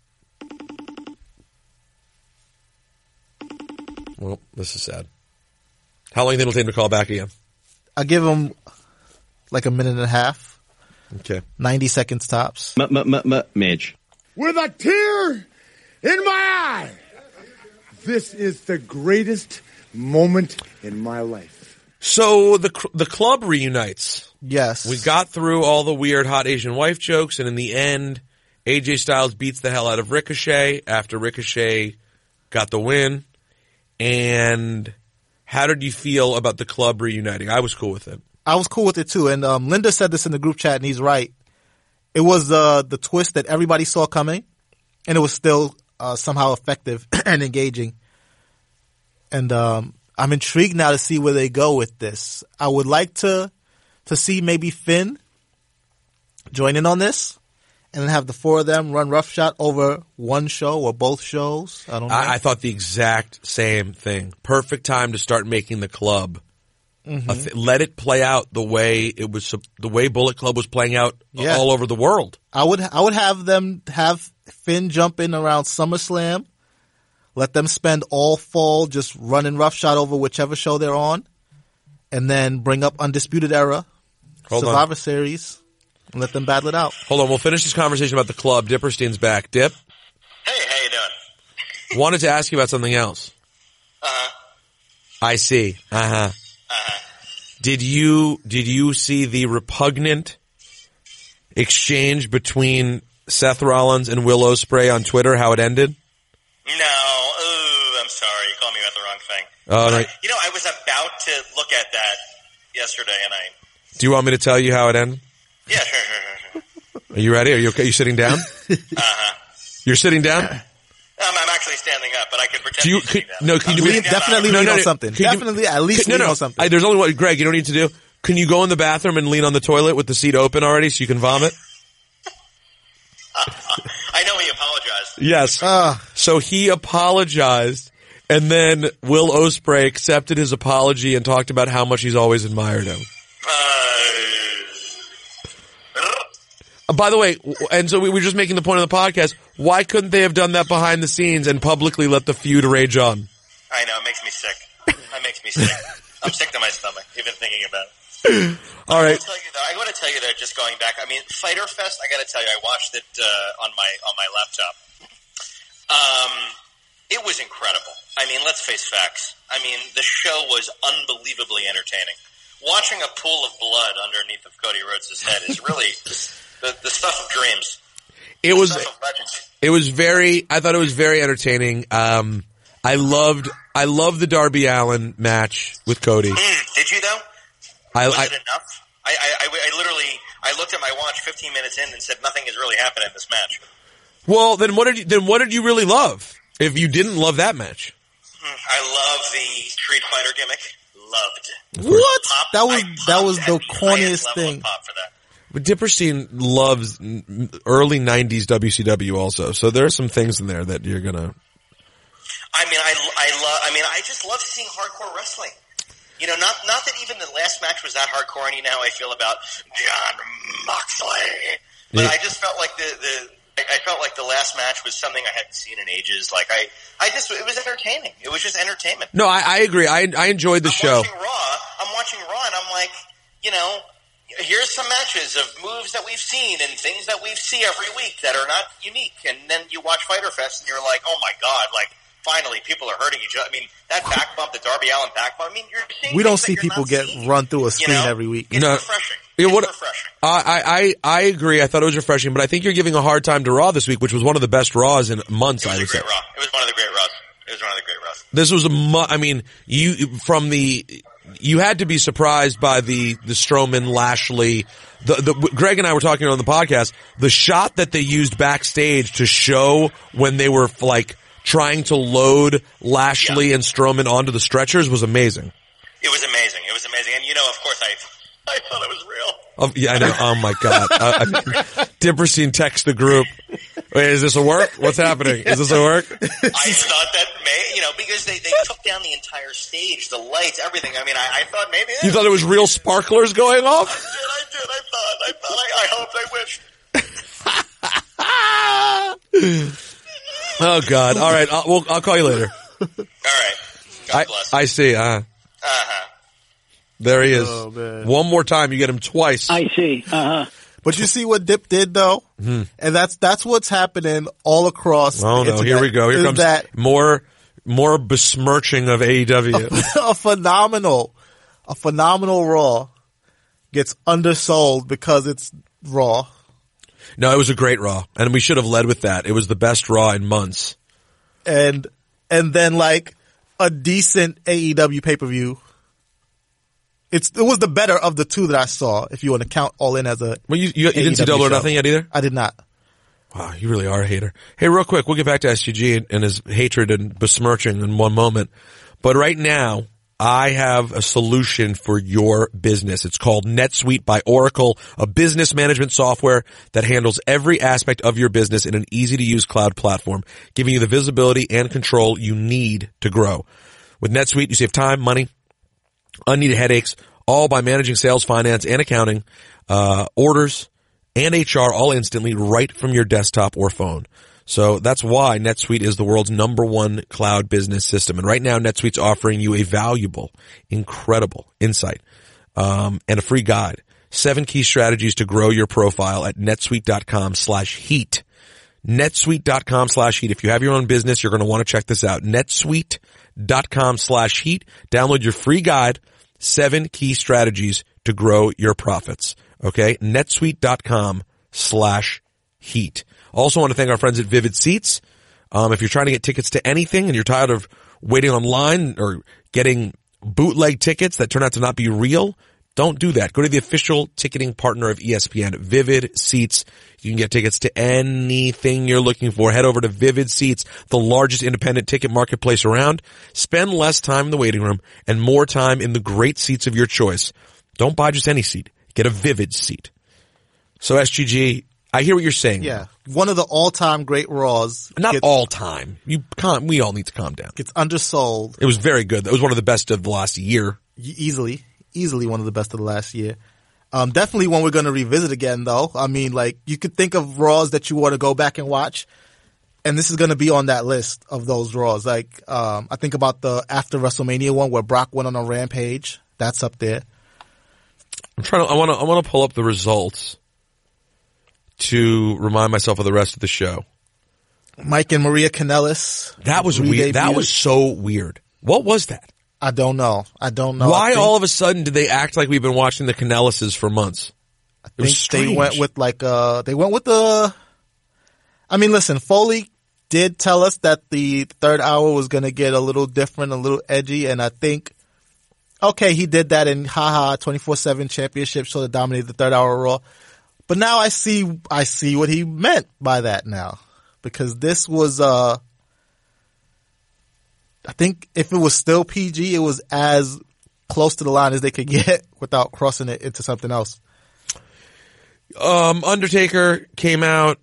S7: Well, this is sad. How long do you think it'll take him to call back again?
S8: i give him like a minute and a half
S7: Okay.
S8: 90 seconds tops
S10: Midge.
S5: With a tear in my eye, this is the greatest moment in my life.
S7: So the cr- the club reunites.
S8: yes
S7: We got through all the weird hot Asian wife jokes, and in the end, AJ Styles beats the hell out of Ricochet after Ricochet got the win. And how did you feel about the club reuniting? I was cool with it.
S8: I was cool with it too. And um, Linda said this in the group chat, and he's right. It was uh, the twist that everybody saw coming, and it was still uh, somehow effective <clears throat> and engaging. And um, I'm intrigued now to see where they go with this. I would like to to see maybe Finn join in on this, and then have the four of them run roughshod over one show or both shows. I don't know.
S7: I, I thought the exact same thing. Perfect time to start making the club
S8: Mm-hmm.
S7: a thi- let it play out the way it was, sup- the way Bullet Club was playing out
S8: Yeah.
S7: all over the world.
S8: I would I would have them have Finn jump in around SummerSlam. Let them spend all fall just running roughshod over whichever show they're on, and then bring up Undisputed Era,
S7: Hold on.
S8: Survivor Series, and let them battle it out.
S7: Hold on, we'll finish this conversation about the club. Dipperstein's back. Dip,
S9: Hey, how you doing?
S7: wanted to ask you about something else. I see. Uh huh. Did you did you see the repugnant exchange between Seth Rollins and Will Ospreay on Twitter? How it ended?
S9: No, ooh, I'm sorry. You called me about the wrong thing.
S7: All Uh, right.
S9: You know, I was about to look at that yesterday, and I.
S7: Do you want me to tell you how it ended?
S9: Yeah, sure, sure, sure, sure.
S7: Are you ready? Are you okay? You sitting down? You're sitting down.
S9: Um, I'm actually standing up, but I could pretend.
S7: Do you?
S9: to see
S7: Could,
S9: that.
S7: no. Can you
S9: I'm
S7: lean-
S9: sitting down,
S8: definitely
S9: I'm-
S8: lean on
S7: no.
S8: something.
S7: Could you-
S8: Definitely at least
S7: no,
S8: lean
S7: no.
S8: on something.
S7: I, there's only one. Greg, you don't need to do. Can you go in the bathroom and lean on the toilet with the seat open already so you can vomit?
S9: I know he apologized.
S7: Yes. so he apologized, and then Will Osprey accepted his apology and talked about how much he's always admired him.
S9: Uh,
S7: Uh, By the way, w- and so we were just making the point of the podcast. Why couldn't they have done that behind the scenes and publicly let the feud rage on?
S9: I know it makes me sick. It makes me sick. I'm sick to my stomach even thinking about it.
S7: All right.
S9: I tell you though, I want to tell you though, just going back. I mean, Fighter Fest. I got to tell you, I watched it uh, on my on my laptop. Um, it was incredible. I mean, let's face facts. I mean, the show was unbelievably entertaining. Watching a pool of blood underneath of Cody Rhodes' head is <laughs> really the, the stuff of dreams.
S7: It was
S9: Stuff of legends.
S7: it was very. I thought it was very entertaining. Um, I loved I loved the Darby Allen match with Cody.
S9: Mm, did you though?
S7: I,
S9: Was
S7: I
S9: it enough? I, I, I, I literally I looked at my watch 15 minutes in and said nothing has really happened in this match.
S7: well then what did you, then what did you really love if you didn't love that match?
S9: Mm, I love the Street Fighter gimmick. Loved.
S8: What?
S9: Pop-
S8: that was
S9: I popped
S8: that was
S9: at
S8: the
S9: highest
S8: corniest
S9: level of
S8: thing.
S9: Pop for that.
S7: But Dipperstein loves n- early '90s WCW also, so there are some things in there that you're gonna.
S9: I mean, I, I love. I mean, I just love seeing hardcore wrestling. You know, not not that even the last match was that hardcore, and you know how I feel about John Moxley. But
S7: Yeah.
S9: I just felt like the the I- I felt like the last match was something I hadn't seen in ages. Like I, I just it was entertaining. It was just entertainment.
S7: No, I, I agree. I I enjoyed the
S9: I'm
S7: show.
S9: watching Raw. I'm watching Raw, and I'm like, you know, here's some matches of moves that we've seen and things that we see every week that are not unique. And then you watch Fighter Fest, and you're like, oh my god, like finally people are hurting each other. I mean, that back bump, the Darby Allen back bump. I mean, you're seeing
S8: We don't
S9: things that
S8: see
S9: you're
S8: people
S9: not
S8: get
S9: seeing.
S8: run through a
S9: You
S8: screen
S9: know?
S8: every week.
S9: It's
S7: No.
S9: refreshing.
S7: Yeah,
S9: it's
S7: what-
S9: refreshing.
S7: I, I I I agree. I thought it was refreshing, but I think you're giving a hard time to Raw this week, which was one of the best Raws in months.
S9: It
S7: I
S9: was a
S7: would say
S9: great Raw. It was one of the great Raws. It was one of the great Raws.
S7: this was a. Mu- I mean, you from the you had to be surprised by the the Strowman Lashley. The, the Greg and I were talking on the podcast. The shot that they used backstage to show when they were like trying to load Lashley and Strowman onto the stretchers was amazing.
S9: It was amazing. It was amazing. And you know, of course, I <laughs> I thought it was real.
S7: Oh, yeah, I know. Oh my god! Uh, I mean, Dipperstein texts the group. Wait, is this a work? What's happening? Is this a work?
S9: I thought that, may, you know, because they, they took down the entire stage, the lights, everything. I mean, I, I thought maybe.
S7: You thought it was real sparklers going
S9: I
S7: off?
S9: did, I did, I thought, I thought, I, I hoped, I wished.
S7: Oh god! All right, I'll, we'll, I'll call you later.
S9: All right. God
S7: I
S9: bless.
S7: I see. Uh,
S9: uh-huh.
S7: there he is.
S8: Oh, man.
S7: One more time, you get him twice.
S4: I see. Uh huh.
S8: But you see what Dip did though, and that's that's what's happening all across.
S7: oh Hmm.
S8: the
S7: no!
S8: internet,
S7: Here we go. Here
S8: is
S7: comes
S8: that
S7: more more besmirching of E
S9: Oh.
S7: AEW.
S8: <laughs> a phenomenal, a phenomenal Raw gets undersold because it's Raw.
S7: <laughs> no, it was a great Raw, and we should have led with that. It was the best Raw in months.
S8: and and then like a decent AEW pay per view. It's it was the better of the two that I saw. If you want to count all in as a,
S7: Well, you you, you didn't see
S8: AEW
S7: Double or
S8: show.
S7: Nothing yet either.
S8: I did not.
S7: Wow, you really are a hater. Hey, real quick, we'll get back to SGG and, and his hatred and besmirching in one moment. But right now, I have a solution for your business. It's called NetSuite by Oracle, a business management software that handles every aspect of your business in an easy to use cloud platform, giving you the visibility and control you need to grow. With NetSuite, you save time, money, unneeded headaches, all by managing sales, finance, and accounting, uh, orders, and HR all instantly right from your desktop or phone. So that's why NetSuite is the world's number one cloud business system. And right now, NetSuite's offering you a valuable, incredible insight um, and a free guide. Seven key strategies to grow your profile at netsuite.com slash heat. netsuite.com slash heat. If you have your own business, you're going to want to check this out. netsuite.com slash heat. Download your free guide, seven key strategies to grow your profits. Okay. netsuite.com slash heat. Also want to thank our friends at Vivid Seats. Um, if you're trying to get tickets to anything and you're tired of waiting online or getting bootleg tickets that turn out to not be real, don't do that. Go to the official ticketing partner of E ESPN, Vivid Seats. You can get tickets to anything you're looking for. Head over to Vivid Seats, the largest independent ticket marketplace around. Spend less time in the waiting room and more time in the great seats of your choice. Don't buy just any seat. Get a Vivid seat. So SGG, I hear what you're saying.
S8: Yeah. One of the all-time great Raws.
S7: Not
S8: gets,
S7: all time. You calm, we all need to calm down.
S8: Gets undersold
S7: It was very good. That was one of the best of the last year.
S8: e- easily. Easily one of the best of the last year. Um, definitely one we're going to revisit again, though. I mean, like, you could think of Raws that you want to go back and watch. And this is going to be on that list of those Raws. Like, um, I think about the after WrestleMania one where Brock went on a rampage. That's up there.
S7: I'm trying to, I want to, I want to pull up the results to remind myself of the rest of the show.
S8: Mike and Maria Kanellis.
S7: That was weird. That was so weird. What was that?
S8: I don't know. I don't know. Oh, I
S7: Why
S8: think-
S7: all of a sudden did they act like we've been watching the Canellises for months? It
S8: think
S7: was strange.
S8: they went with like uh they went with the I mean listen, Foley did tell us that the third hour was gonna get a little different, a little edgy, and I think okay, he did that in haha twenty four seven championship show that dominated the third hour raw. But now I see I see what he meant by that now. Because this was uh I think if it was still PG, it was as close to the line as they could <laughs> get without crossing it into something else.
S7: Um, Undertaker came out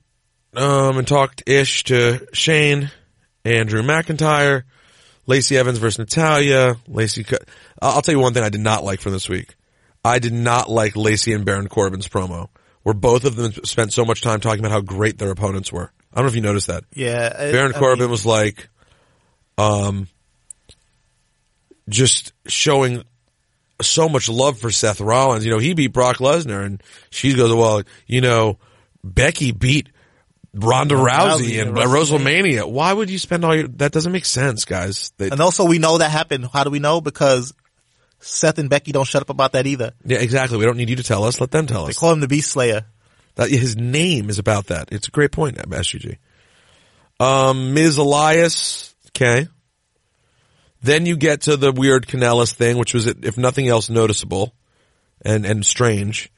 S7: um, and talked ish to Shane, Andrew McIntyre, Lacey Evans versus Natalia. Lacey, cu- I'll I'll tell you one thing I did not like from this week. I did not like Lacey and Baron Corbin's promo, where both of them spent so much time talking about how great their opponents were. I don't know if you noticed that.
S8: Yeah, it-
S7: Baron
S8: I
S7: Corbin
S8: mean,
S7: was like, um, just showing so much love for Seth Rollins. You know, he beat Brock Lesnar, and she goes, "Well, you know, Becky beat Ronda Rousey
S8: Rousey
S7: and
S8: at
S7: by WrestleMania. Why would you spend all your? That doesn't make sense, guys. They,
S8: and also we know that happened. How do we know? Because Seth and Becky don't shut up about that either.
S7: yeah, exactly. We don't need you to tell us. Let them tell
S8: They
S7: us.
S8: call him the Beast Slayer.
S7: That, his name is about that. It's a great point, SGG. Um, Ms. Elias. Okay. Then you get to the weird Canellis thing, which was, if nothing else, noticeable and, and strange.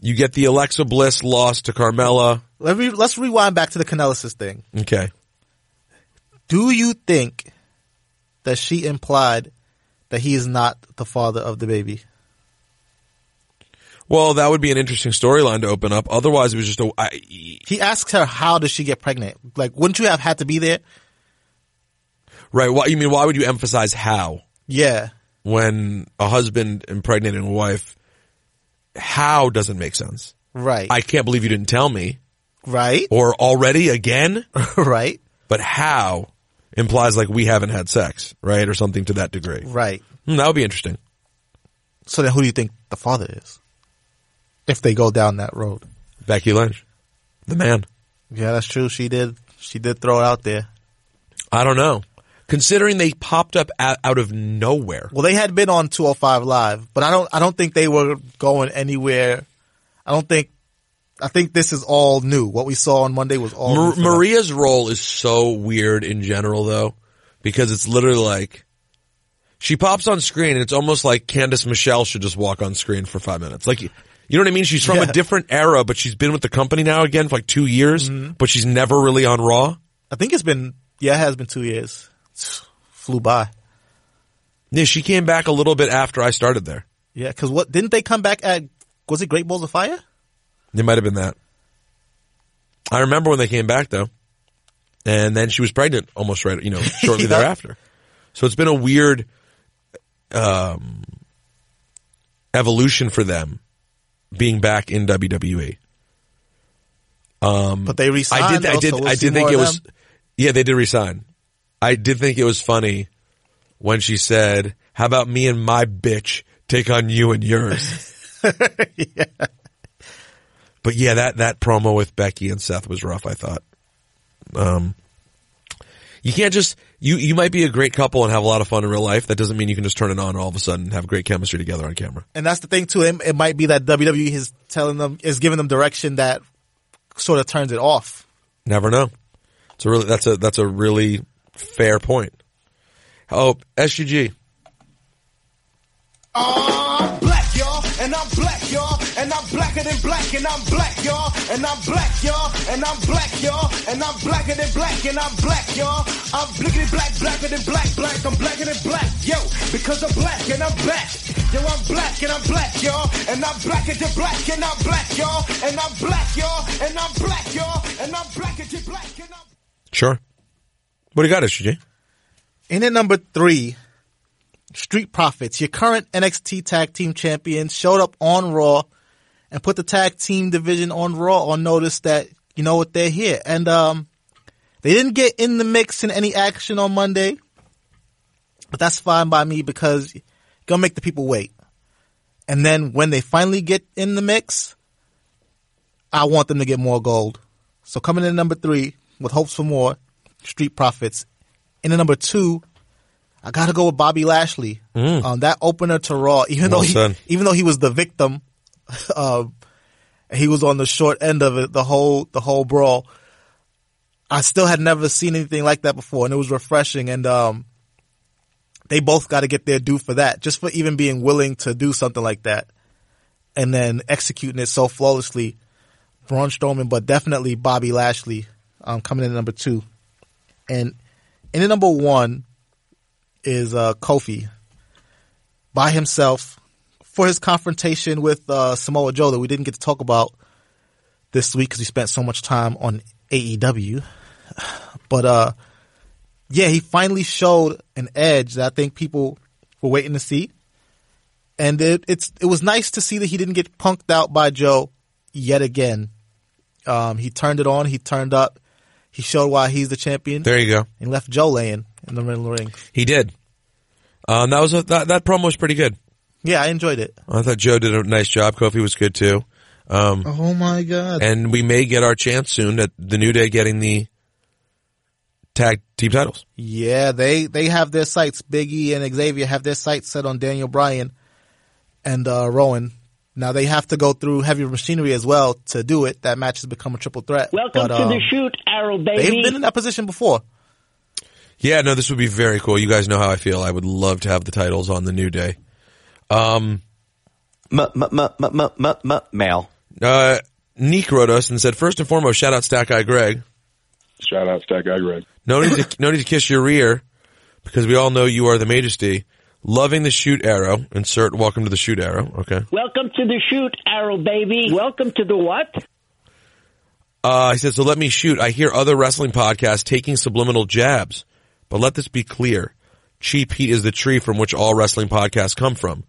S7: You get the Alexa Bliss loss to Carmella.
S8: Let me let's rewind back to the Canellisis thing.
S7: Okay.
S8: Do you think that she implied that he is not the father of the baby?
S7: Well, that would be an interesting storyline to open up. Otherwise, it was just a, I,
S8: He asks her, "How does she get pregnant? Like, wouldn't you have had to be there?"
S7: right. Why, you mean, why would you emphasize how?
S8: Yeah,
S7: When a husband impregnating a wife, how doesn't make sense.
S8: right,
S7: I can't believe you didn't tell me. <laughs>
S8: right,
S7: or already
S8: <laughs>
S7: again,
S8: right,
S7: but how implies like we haven't had sex, right? Or something to that degree.
S8: right.
S7: Hmm, that would be interesting.
S8: So then, who do you think the father is? If they go down that road,
S7: Becky Lynch, the man.
S8: yeah, that's true. She did, she did throw it out there.
S7: I don't know. Considering they popped up out, out of nowhere.
S8: Well, they had been on 205 Live, but I don't, I don't think they were going anywhere. I don't think, I think this is all new. What we saw on Monday was all new
S7: Mar-
S8: for them.
S7: Maria's role is so weird in general though, because it's literally like, she pops on screen and it's almost like Candice Michelle should just walk on screen for five minutes. Like, you know what I mean? She's from a
S8: Yeah.
S7: different era, but she's been with the company now again for like two years,
S8: Mm-hmm.
S7: but she's never really on Raw.
S8: I think it's been, yeah, it has been two years. Flew by.
S7: Yeah, she came back a little bit after I started there.
S8: Yeah, cause what, didn't they come back at, was it Great Balls of Fire?
S7: It might have been that. I remember when they came back though, and then she was pregnant almost right, you know, shortly
S8: Yeah.
S7: thereafter. So it's been a weird um, evolution for them being back in E. WWE.
S8: but they resigned.
S7: Um, I did. I
S8: though,
S7: did.
S8: so we'll
S7: I
S8: see
S7: did
S8: more
S7: think it
S8: of
S7: was.
S8: them.
S7: Yeah, they did resign. I did think it was funny when she said, "How about me and my bitch take on you and
S8: <laughs>
S7: yours?" But yeah, that that promo with Becky and Seth was rough. I thought. Um, you can't just you you might be a great couple and have a lot of fun in real life. That doesn't mean you can just turn it on all of a sudden and have great chemistry together on camera.
S8: and that's the thing too. It, it might be that WWE is telling them is giving them direction that sort of turns it off.
S7: Never know. It's a really that's a that's a really fair point. Oh, SUG.
S2: I'm black, y'all, and I'm black, y'all, and I'm blacker than black, and I'm black, y'all, and I'm black, y'all, and I'm black, y'all, and I'm blacker than black, and I'm black, y'all. I'm blickety black, blacker than black, black, I'm blacker than black, yo, because I'm black and I'm black. Yo, I'm black and I'm black, y'all, and I'm blacker than black, and I'm black, y'all, and I'm black, y'all, and I'm black, y'all, and I'm blacker than black, and I'm
S7: Sure. What do you got, SUG?
S8: In at number three, Street Profits, your current NXT Tag Team Champions, showed up on Raw and put the tag team division on Raw on notice that, you know what, they're here. And um, they didn't get in the mix in any action on Monday, but that's fine by me because you're going to make the people wait. And then when they finally get in the mix, I want them to get more gold. So coming in at number three with hopes for more, Street Profits. In at number two, I gotta go with Bobby Lashley. Um, that opener to Raw, even
S7: Well
S8: though he,
S7: said.
S8: even though he was the victim, <laughs> uh, he was on the short end of it, the whole the whole brawl. I still had never seen anything like that before, and it was refreshing. And um, they both got to get their due for that, just for even being willing to do something like that, and then executing it so flawlessly. Braun Strowman, but definitely Bobby Lashley um, coming in at number two, and in at number one is uh, Kofi by himself for his confrontation with uh, Samoa Joe that we didn't get to talk about this week because we spent so much time on AEW. But uh, yeah, he finally showed an edge that I think people were waiting to see, and it, it's it was nice to see that he didn't get punked out by Joe yet again. Um, he turned it on. He turned up. He showed why he's the champion
S7: There you go.
S8: and left Joe laying in the middle of the ring.
S7: He did. Um, that was a, that that promo was pretty good.
S8: Yeah, I enjoyed it.
S7: I thought Joe did a nice job. Kofi was good too. Um,
S8: Oh my god!
S7: and we may get our chance soon at the New Day getting the tag team titles.
S8: Yeah, they they have their sights. Biggie and Xavier have their sights set on Daniel Bryan and uh, Rowan. Now they have to go through heavy machinery as well to do it. That match has become a triple threat.
S4: Welcome
S8: But,
S4: to
S8: um,
S4: the shoot, Arrow
S8: They've
S4: baby.
S8: been in that position before.
S7: Yeah, no, this would be very cool. You guys know how I feel. I would love to have the titles on the New Day.
S10: Male.
S7: Uh, Neek wrote us and said, first and foremost, shout out Stack Guy Greg.
S11: Shout out Stack Guy Greg.
S7: No need to no need to kiss your rear because we all know you are the majesty. Loving the shoot arrow. Insert welcome to the shoot arrow. Okay.
S4: Welcome to the shoot, Arrow baby. Welcome to the what?
S7: Uh, he said, so let me shoot. I hear other wrestling podcasts taking subliminal jabs, but let this be clear. Cheap heat is the tree from which all wrestling podcasts come from.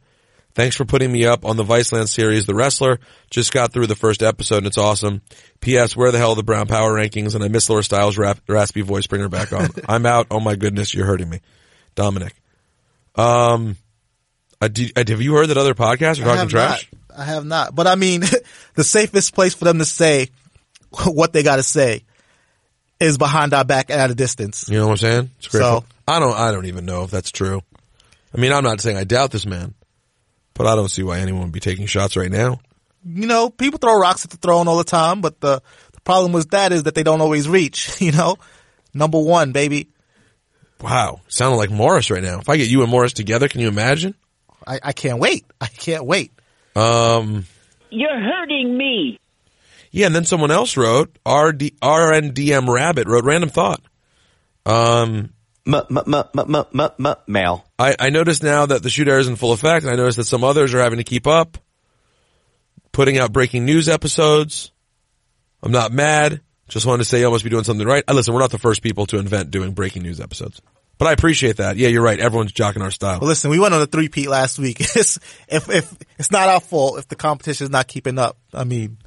S7: Thanks for putting me up on the Viceland series, The Wrestler. Just got through the first episode and it's awesome. P.S. Where the hell are the Brown Power rankings? And I miss Laura Styles' rap, raspy voice. Bring her back
S8: <laughs>
S7: on. I'm out. Oh my goodness. You're hurting me. Dominic. Um, uh, did- uh, have you heard that other podcasts are
S8: I
S7: talking
S8: have
S7: trash?
S8: Not. I have not. But I mean, <laughs> the safest place for them to say <laughs> what they got to say is behind our back and at a distance.
S7: You know what I'm saying? It's great.
S8: So-
S7: I don't. I don't even know if that's true. I mean, I'm not saying I doubt this man, but I don't see why anyone would be taking shots right now.
S8: you know, people throw rocks at the throne all the time, but the, the problem with that is that they don't always reach, <laughs> you know? Number one, baby.
S7: Wow, sounded like Morris right now. If I get you and Morris together, can you imagine?
S8: I, I can't wait. I can't wait.
S7: Um,
S4: You're hurting me.
S7: yeah, and then someone else wrote RD, RNDM Rabbit wrote random thought.
S10: Male.
S7: I, I noticed now that the shoot air is in full effect, and I noticed that some others are having to keep up, putting out breaking news episodes. I'm not mad. Just wanted to say y'all must be doing something right. Uh, listen, we're not the first people to invent doing breaking news episodes. But I appreciate that. Yeah, you're right. Everyone's jocking our style.
S8: But listen, we went on a three peat last week. <laughs> It's, if, if, it's not our fault if the competition is not keeping up. I mean,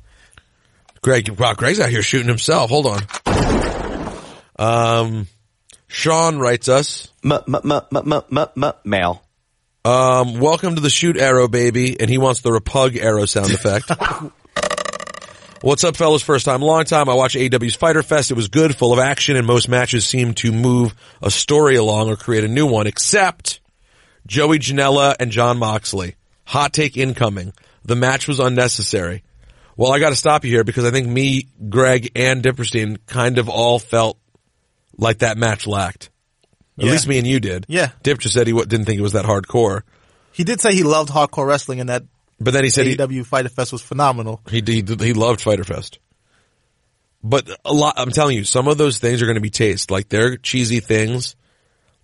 S7: Greg, wow, Greg's out here shooting himself. Hold on. Um, Sean writes us.
S10: Mail.
S7: Um, welcome to the shoot arrow, baby. And he wants the repug arrow sound
S8: <laughs>
S7: effect. What's up, fellas? First time, long time. I watched AW's Fighter Fest. It was good, full of action, and most matches seemed to move a story along or create a new one, except Joey Janela and John Moxley. Hot take incoming. The match was unnecessary. Well, I got to stop you here because I think me, Greg, and Dipperstein kind of all felt like that match lacked. At
S8: Yeah.
S7: least me and you did.
S8: Yeah.
S7: Dip just said he w- didn't think it was that hardcore.
S8: he did say he loved hardcore wrestling and that
S7: But then he said he-
S8: AEW Fighter Fest was phenomenal.
S7: He he, he loved Fighter Fest. But a lot, I'm telling you, some of those things are going to be taste. Like they're cheesy things,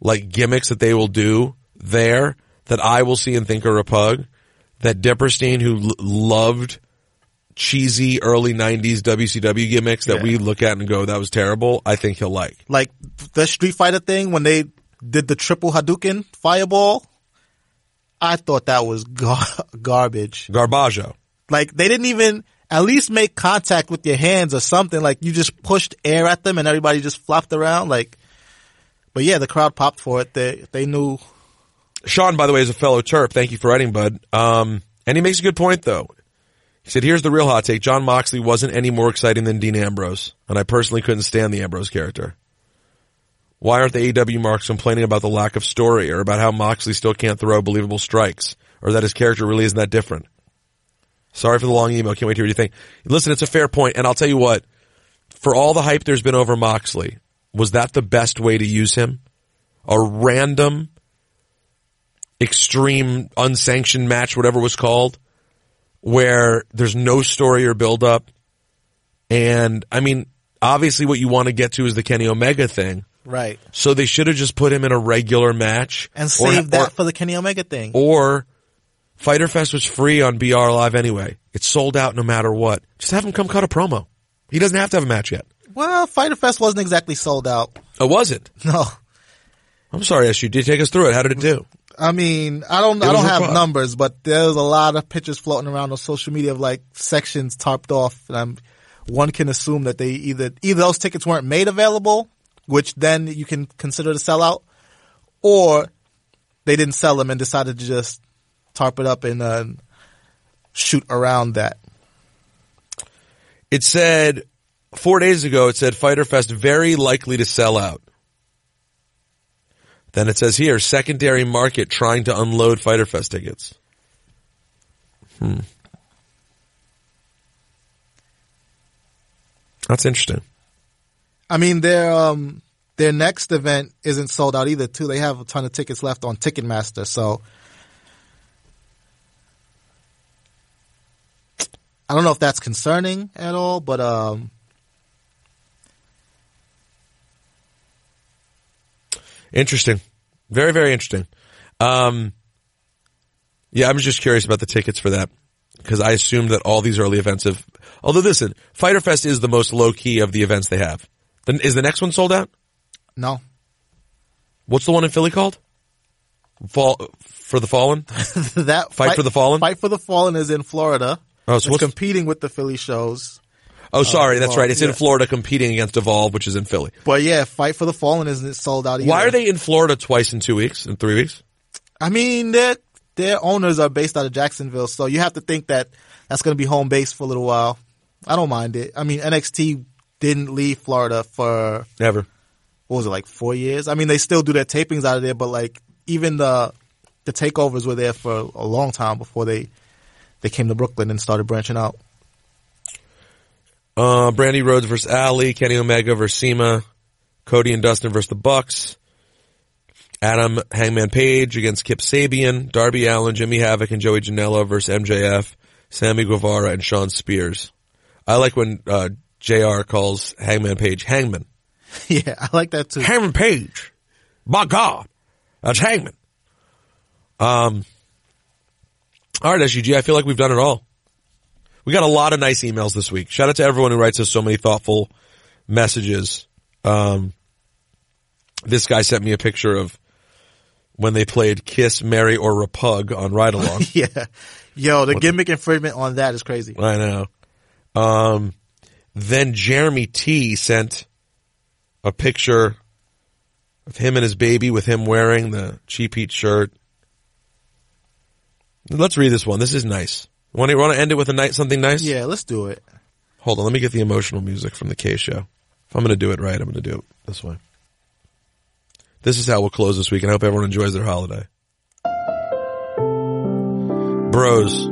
S7: like gimmicks that they will do there that I will see and think are a pug. That Dipperstein, who l- loved cheesy early 90s WCW gimmicks that
S8: Yeah.
S7: we look at and go, that was terrible, I think he'll like.
S8: Like the Street Fighter thing when they did the triple Hadouken fireball, I thought that was gar- <laughs> garbage.
S7: Garbaggio.
S8: Like they didn't even at least make contact with your hands or something. Like you just pushed air at them and everybody just flopped around. Like, but yeah, the crowd popped for it. They they knew
S7: Sean, by the way, is a fellow Terp. Thank you for writing, bud. Um, and he makes a good point though. He said, "Here's the real hot take: John Moxley wasn't any more exciting than Dean Ambrose, and I personally couldn't stand the Ambrose character. Why aren't the AEW marks complaining about the lack of story, or about how Moxley still can't throw believable strikes, or that his character really isn't that different?" Sorry for the long email. Can't wait to hear what you think. Listen, it's a fair point, and I'll tell you what: for all the hype there's been over Moxley, was that the best way to use him? A random extreme unsanctioned match, whatever it was called, where there's no story or build up. And I mean, obviously what you want to get to is the Kenny Omega thing.
S8: right
S7: So they should have just put him in a regular match
S8: and
S7: or-
S8: saved that for the Kenny Omega thing.
S7: or Fighter Fest was free on BR Live anyway. It's sold out no matter what. Just have him come cut a promo. He doesn't have to have a match yet.
S8: Well, Fighter Fest wasn't exactly sold out. <laughs>
S7: It wasn't.
S8: No.
S7: I'm sorry, SU. Did you take us through it? How did it do?
S8: I mean, I don't,
S7: It
S8: I
S7: was
S8: don't
S7: a
S8: have
S7: problem.
S8: numbers, but there's a lot of pictures floating around on social media of like sections topped off, and I'm, one can assume that they either either those tickets weren't made available, which then you can consider the sellout, or they didn't sell them and decided to just tarp it up and uh, shoot around that.
S7: It said four days ago. It said Fighter Fest very likely to sell out. Then it says here secondary market trying to unload Fighter Fest tickets. Hmm. That's interesting.
S8: I mean, their um, their next event isn't sold out either. Too, they have a ton of tickets left on Ticketmaster, so I don't know if that's concerning at all. But um,
S7: Interesting. Very, very interesting. Um, yeah, I'm just curious about the tickets for that because I assume that all these early events have, although listen, Fighter Fest is the most low key of the events they have. Then is the next one sold out?
S8: No. <laughs>
S7: What's the one in Philly called? Fall for the Fallen?
S8: that
S7: Fight for the Fallen?
S8: Fight for the Fallen is in Florida.
S7: Oh, so
S8: it's
S7: what's-
S8: competing with the Philly shows.
S7: Oh,
S8: Uh,
S7: sorry. that's
S8: well,
S7: right. It's in
S8: yeah.
S7: Florida competing against Evolve, which is in Philly.
S8: But yeah, Fight for the Fallen isn't sold out either.
S7: Why are they in Florida twice in two weeks and three weeks?
S8: I mean, their their owners are based out of Jacksonville, so you have to think that that's going to be home base for a little while. I don't mind it. I mean, NXT didn't leave Florida for
S7: Never.
S8: What was it like four years? I mean, they still do their tapings out of there, but like even the the takeovers were there for a long time before they they came to Brooklyn and started branching out. <laughs>
S7: Uh, Brandy Rhodes versus Ali, Kenny Omega versus Sema, Cody and Dustin versus the Bucks, Adam Hangman Page against Kip Sabian, Darby Allen, Jimmy Havoc, and Joey Janela versus MJF, Sammy Guevara, and Sean Spears. I like when uh, JR calls Hangman Page Hangman.
S8: yeah, I like that too. <laughs>
S7: Hangman Page, my God, that's Hangman. Um, all right, SUG, I feel like we've done it all. We got a lot of nice emails this week. Shout out to everyone who writes us so many thoughtful messages. Um, This guy sent me a picture of when they played Kiss, Mary, or Repug on Ride Along.
S8: yeah. Yo,
S7: What
S8: the
S7: the-
S8: gimmick infringement on that is crazy.
S7: I know. Um, then Jeremy T sent a picture of him and his baby with him wearing the Cheap Heat shirt. Let's read this one. This is nice. Want to, want to end it with a night something nice?
S8: Yeah, let's do it.
S7: Hold on, let me get the emotional music from the K show. If I'm going to do it right, I'm going to do it this way. This is how we'll close this week, and I hope everyone enjoys their holiday. Bros,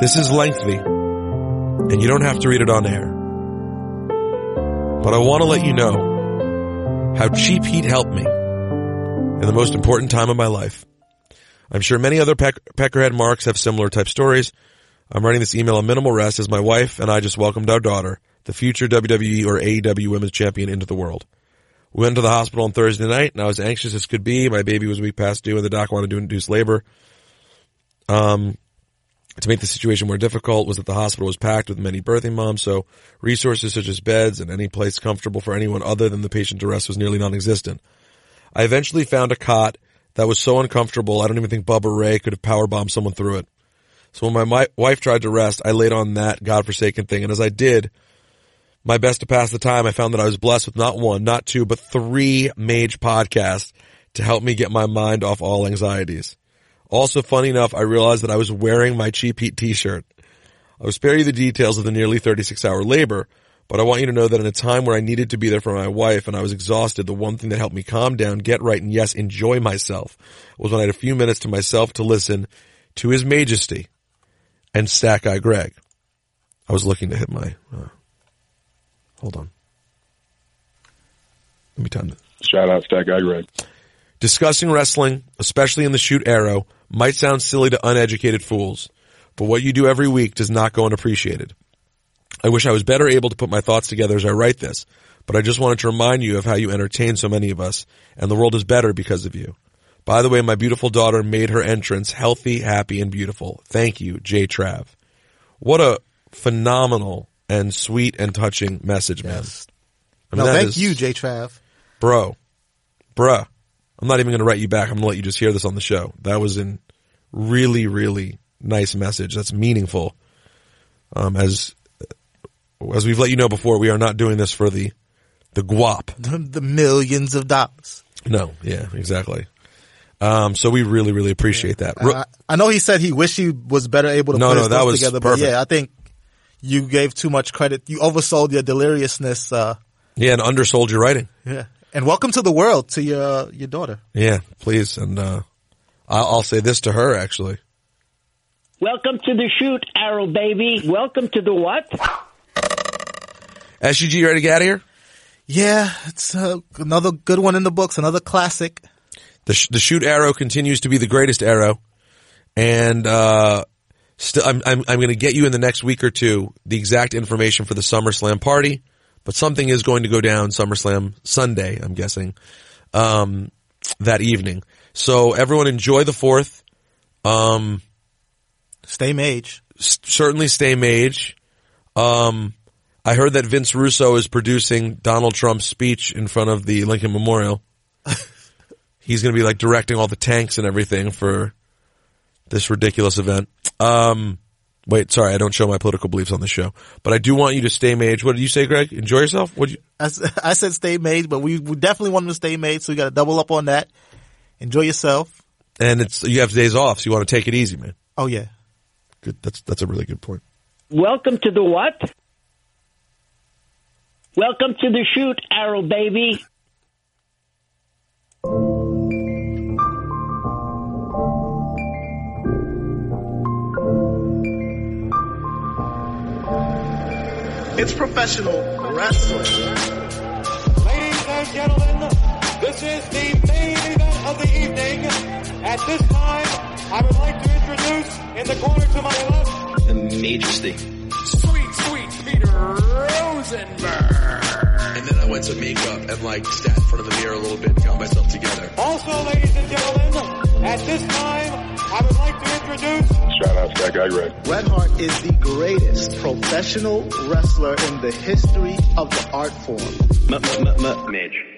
S7: this is lengthy, and you don't have to read it on air. But I want to let you know how cheap heat helped me in the most important time of my life. I'm sure many other peck- peckerhead marks have similar type stories. I'm writing this email on minimal rest as my wife and I just welcomed our daughter, the future WWE or AEW women's champion, into the world. We went to the hospital on Thursday night and I was anxious as could be. My baby was a week past due and the doc wanted to induce labor. Um, to make the situation more difficult was that the hospital was packed with many birthing moms, so resources such as beds and any place comfortable for anyone other than the patient to rest was nearly non-existent. I eventually found a cot that was so uncomfortable, I don't even think Bubba Ray could have powerbombed someone through it. So when my, mi wife tried to rest, I laid on that godforsaken thing, and as I did, my best to pass the time, I found that I was blessed with not one, not two, but three mage podcasts to help me get my mind off all anxieties. Also, funny enough, I realized that I was wearing my cheap heat t-shirt. I will spare you the details of the nearly 36 hour labor, but I want you to know that in a time where I needed to be there for my wife and I was exhausted, the one thing that helped me calm down, get right, and yes, enjoy myself was when I had a few minutes to myself to listen to His Majesty and Stack Eye Greg. I was looking to hit my, uh, hold on. Let me time this.
S11: Shout out Stack Guy Greg.
S7: Discussing wrestling, especially in the shoot arrow, might sound silly to uneducated fools, but what you do every week does not go unappreciated. I wish I was better able to put my thoughts together as I write this, but I just wanted to remind you of how you entertain so many of us, and the world is better because of you. By the way, my beautiful daughter made her entrance healthy, happy, and beautiful. Thank you, J Trav. What a phenomenal and sweet and touching message, man. I mean,
S8: no,
S7: that
S8: thank
S7: is-
S8: you, J Trav. <laughs>
S7: bro, bruh, I'm not even going to write you back. I'm going to let you just hear this on the show. That was in really, really nice message. That's meaningful. Um, as, as we've let you know before, we are not doing this for the, the guap.
S8: The, the millions of dollars.
S7: No. Yeah, exactly. Um, so we really, really appreciate that. Ro-
S8: I, I know he said he wished he was better able to
S7: No,
S8: put
S7: no,
S8: his
S7: that
S8: thoughts
S7: was
S8: together,
S7: perfect.
S8: but yeah, I think you gave too much credit. You oversold your deliriousness. Uh,
S7: yeah, and undersold your writing.
S8: yeah. And welcome to the world to your uh, your daughter.
S7: Yeah, please. And, uh, I'll, I'll say this to her actually.
S12: Welcome to the shoot, Arrow baby. Welcome to the what?
S7: SUG, you ready to get out of here?
S8: Yeah, it's uh, another good one in the books, another classic.
S7: the sh- the shoot arrow continues to be the greatest arrow, and uh, still I'm I'm, I'm going to get you in the next week or two the exact information for the SummerSlam party, but something is going to go down SummerSlam Sunday, I'm guessing, um, that evening. So everyone enjoy the fourth. Um,
S8: stay mage.
S7: S- certainly stay mage. Um, I heard that Vince Russo is producing Donald Trump's speech in front of the Lincoln Memorial. He's going to be like directing all the tanks and everything for this ridiculous event. Um, wait, sorry, I don't show my political beliefs on the show, but I do want you to stay mage. What did you say, Greg? Enjoy yourself. What you?
S8: I, s- <laughs> I said stay mage, but we, we definitely want him to stay mage, so we got to double up on that. Enjoy yourself.
S7: And it's you have days off, so you want to take it easy, man.
S8: Oh yeah,
S7: Good. That's that's a really good point.
S12: Welcome to the what? Welcome to the shoot, Arrow baby.
S6: It's professional wrestling.
S2: Ladies and gentlemen, this is the main event of the evening. At this time, I would like to introduce in the corner to my left,
S13: The majesty.
S2: sweet, sweet Peter Rosenberg.
S13: And then I went to makeup and like sat in front of the mirror a little bit and got myself together.
S2: Also, ladies and gentlemen, at this time, I would like to introduce
S11: Shout out Stack Guy Greg.
S6: Bret Hart is the greatest professional wrestler in the history of the art form.
S13: M- m- m- Midge.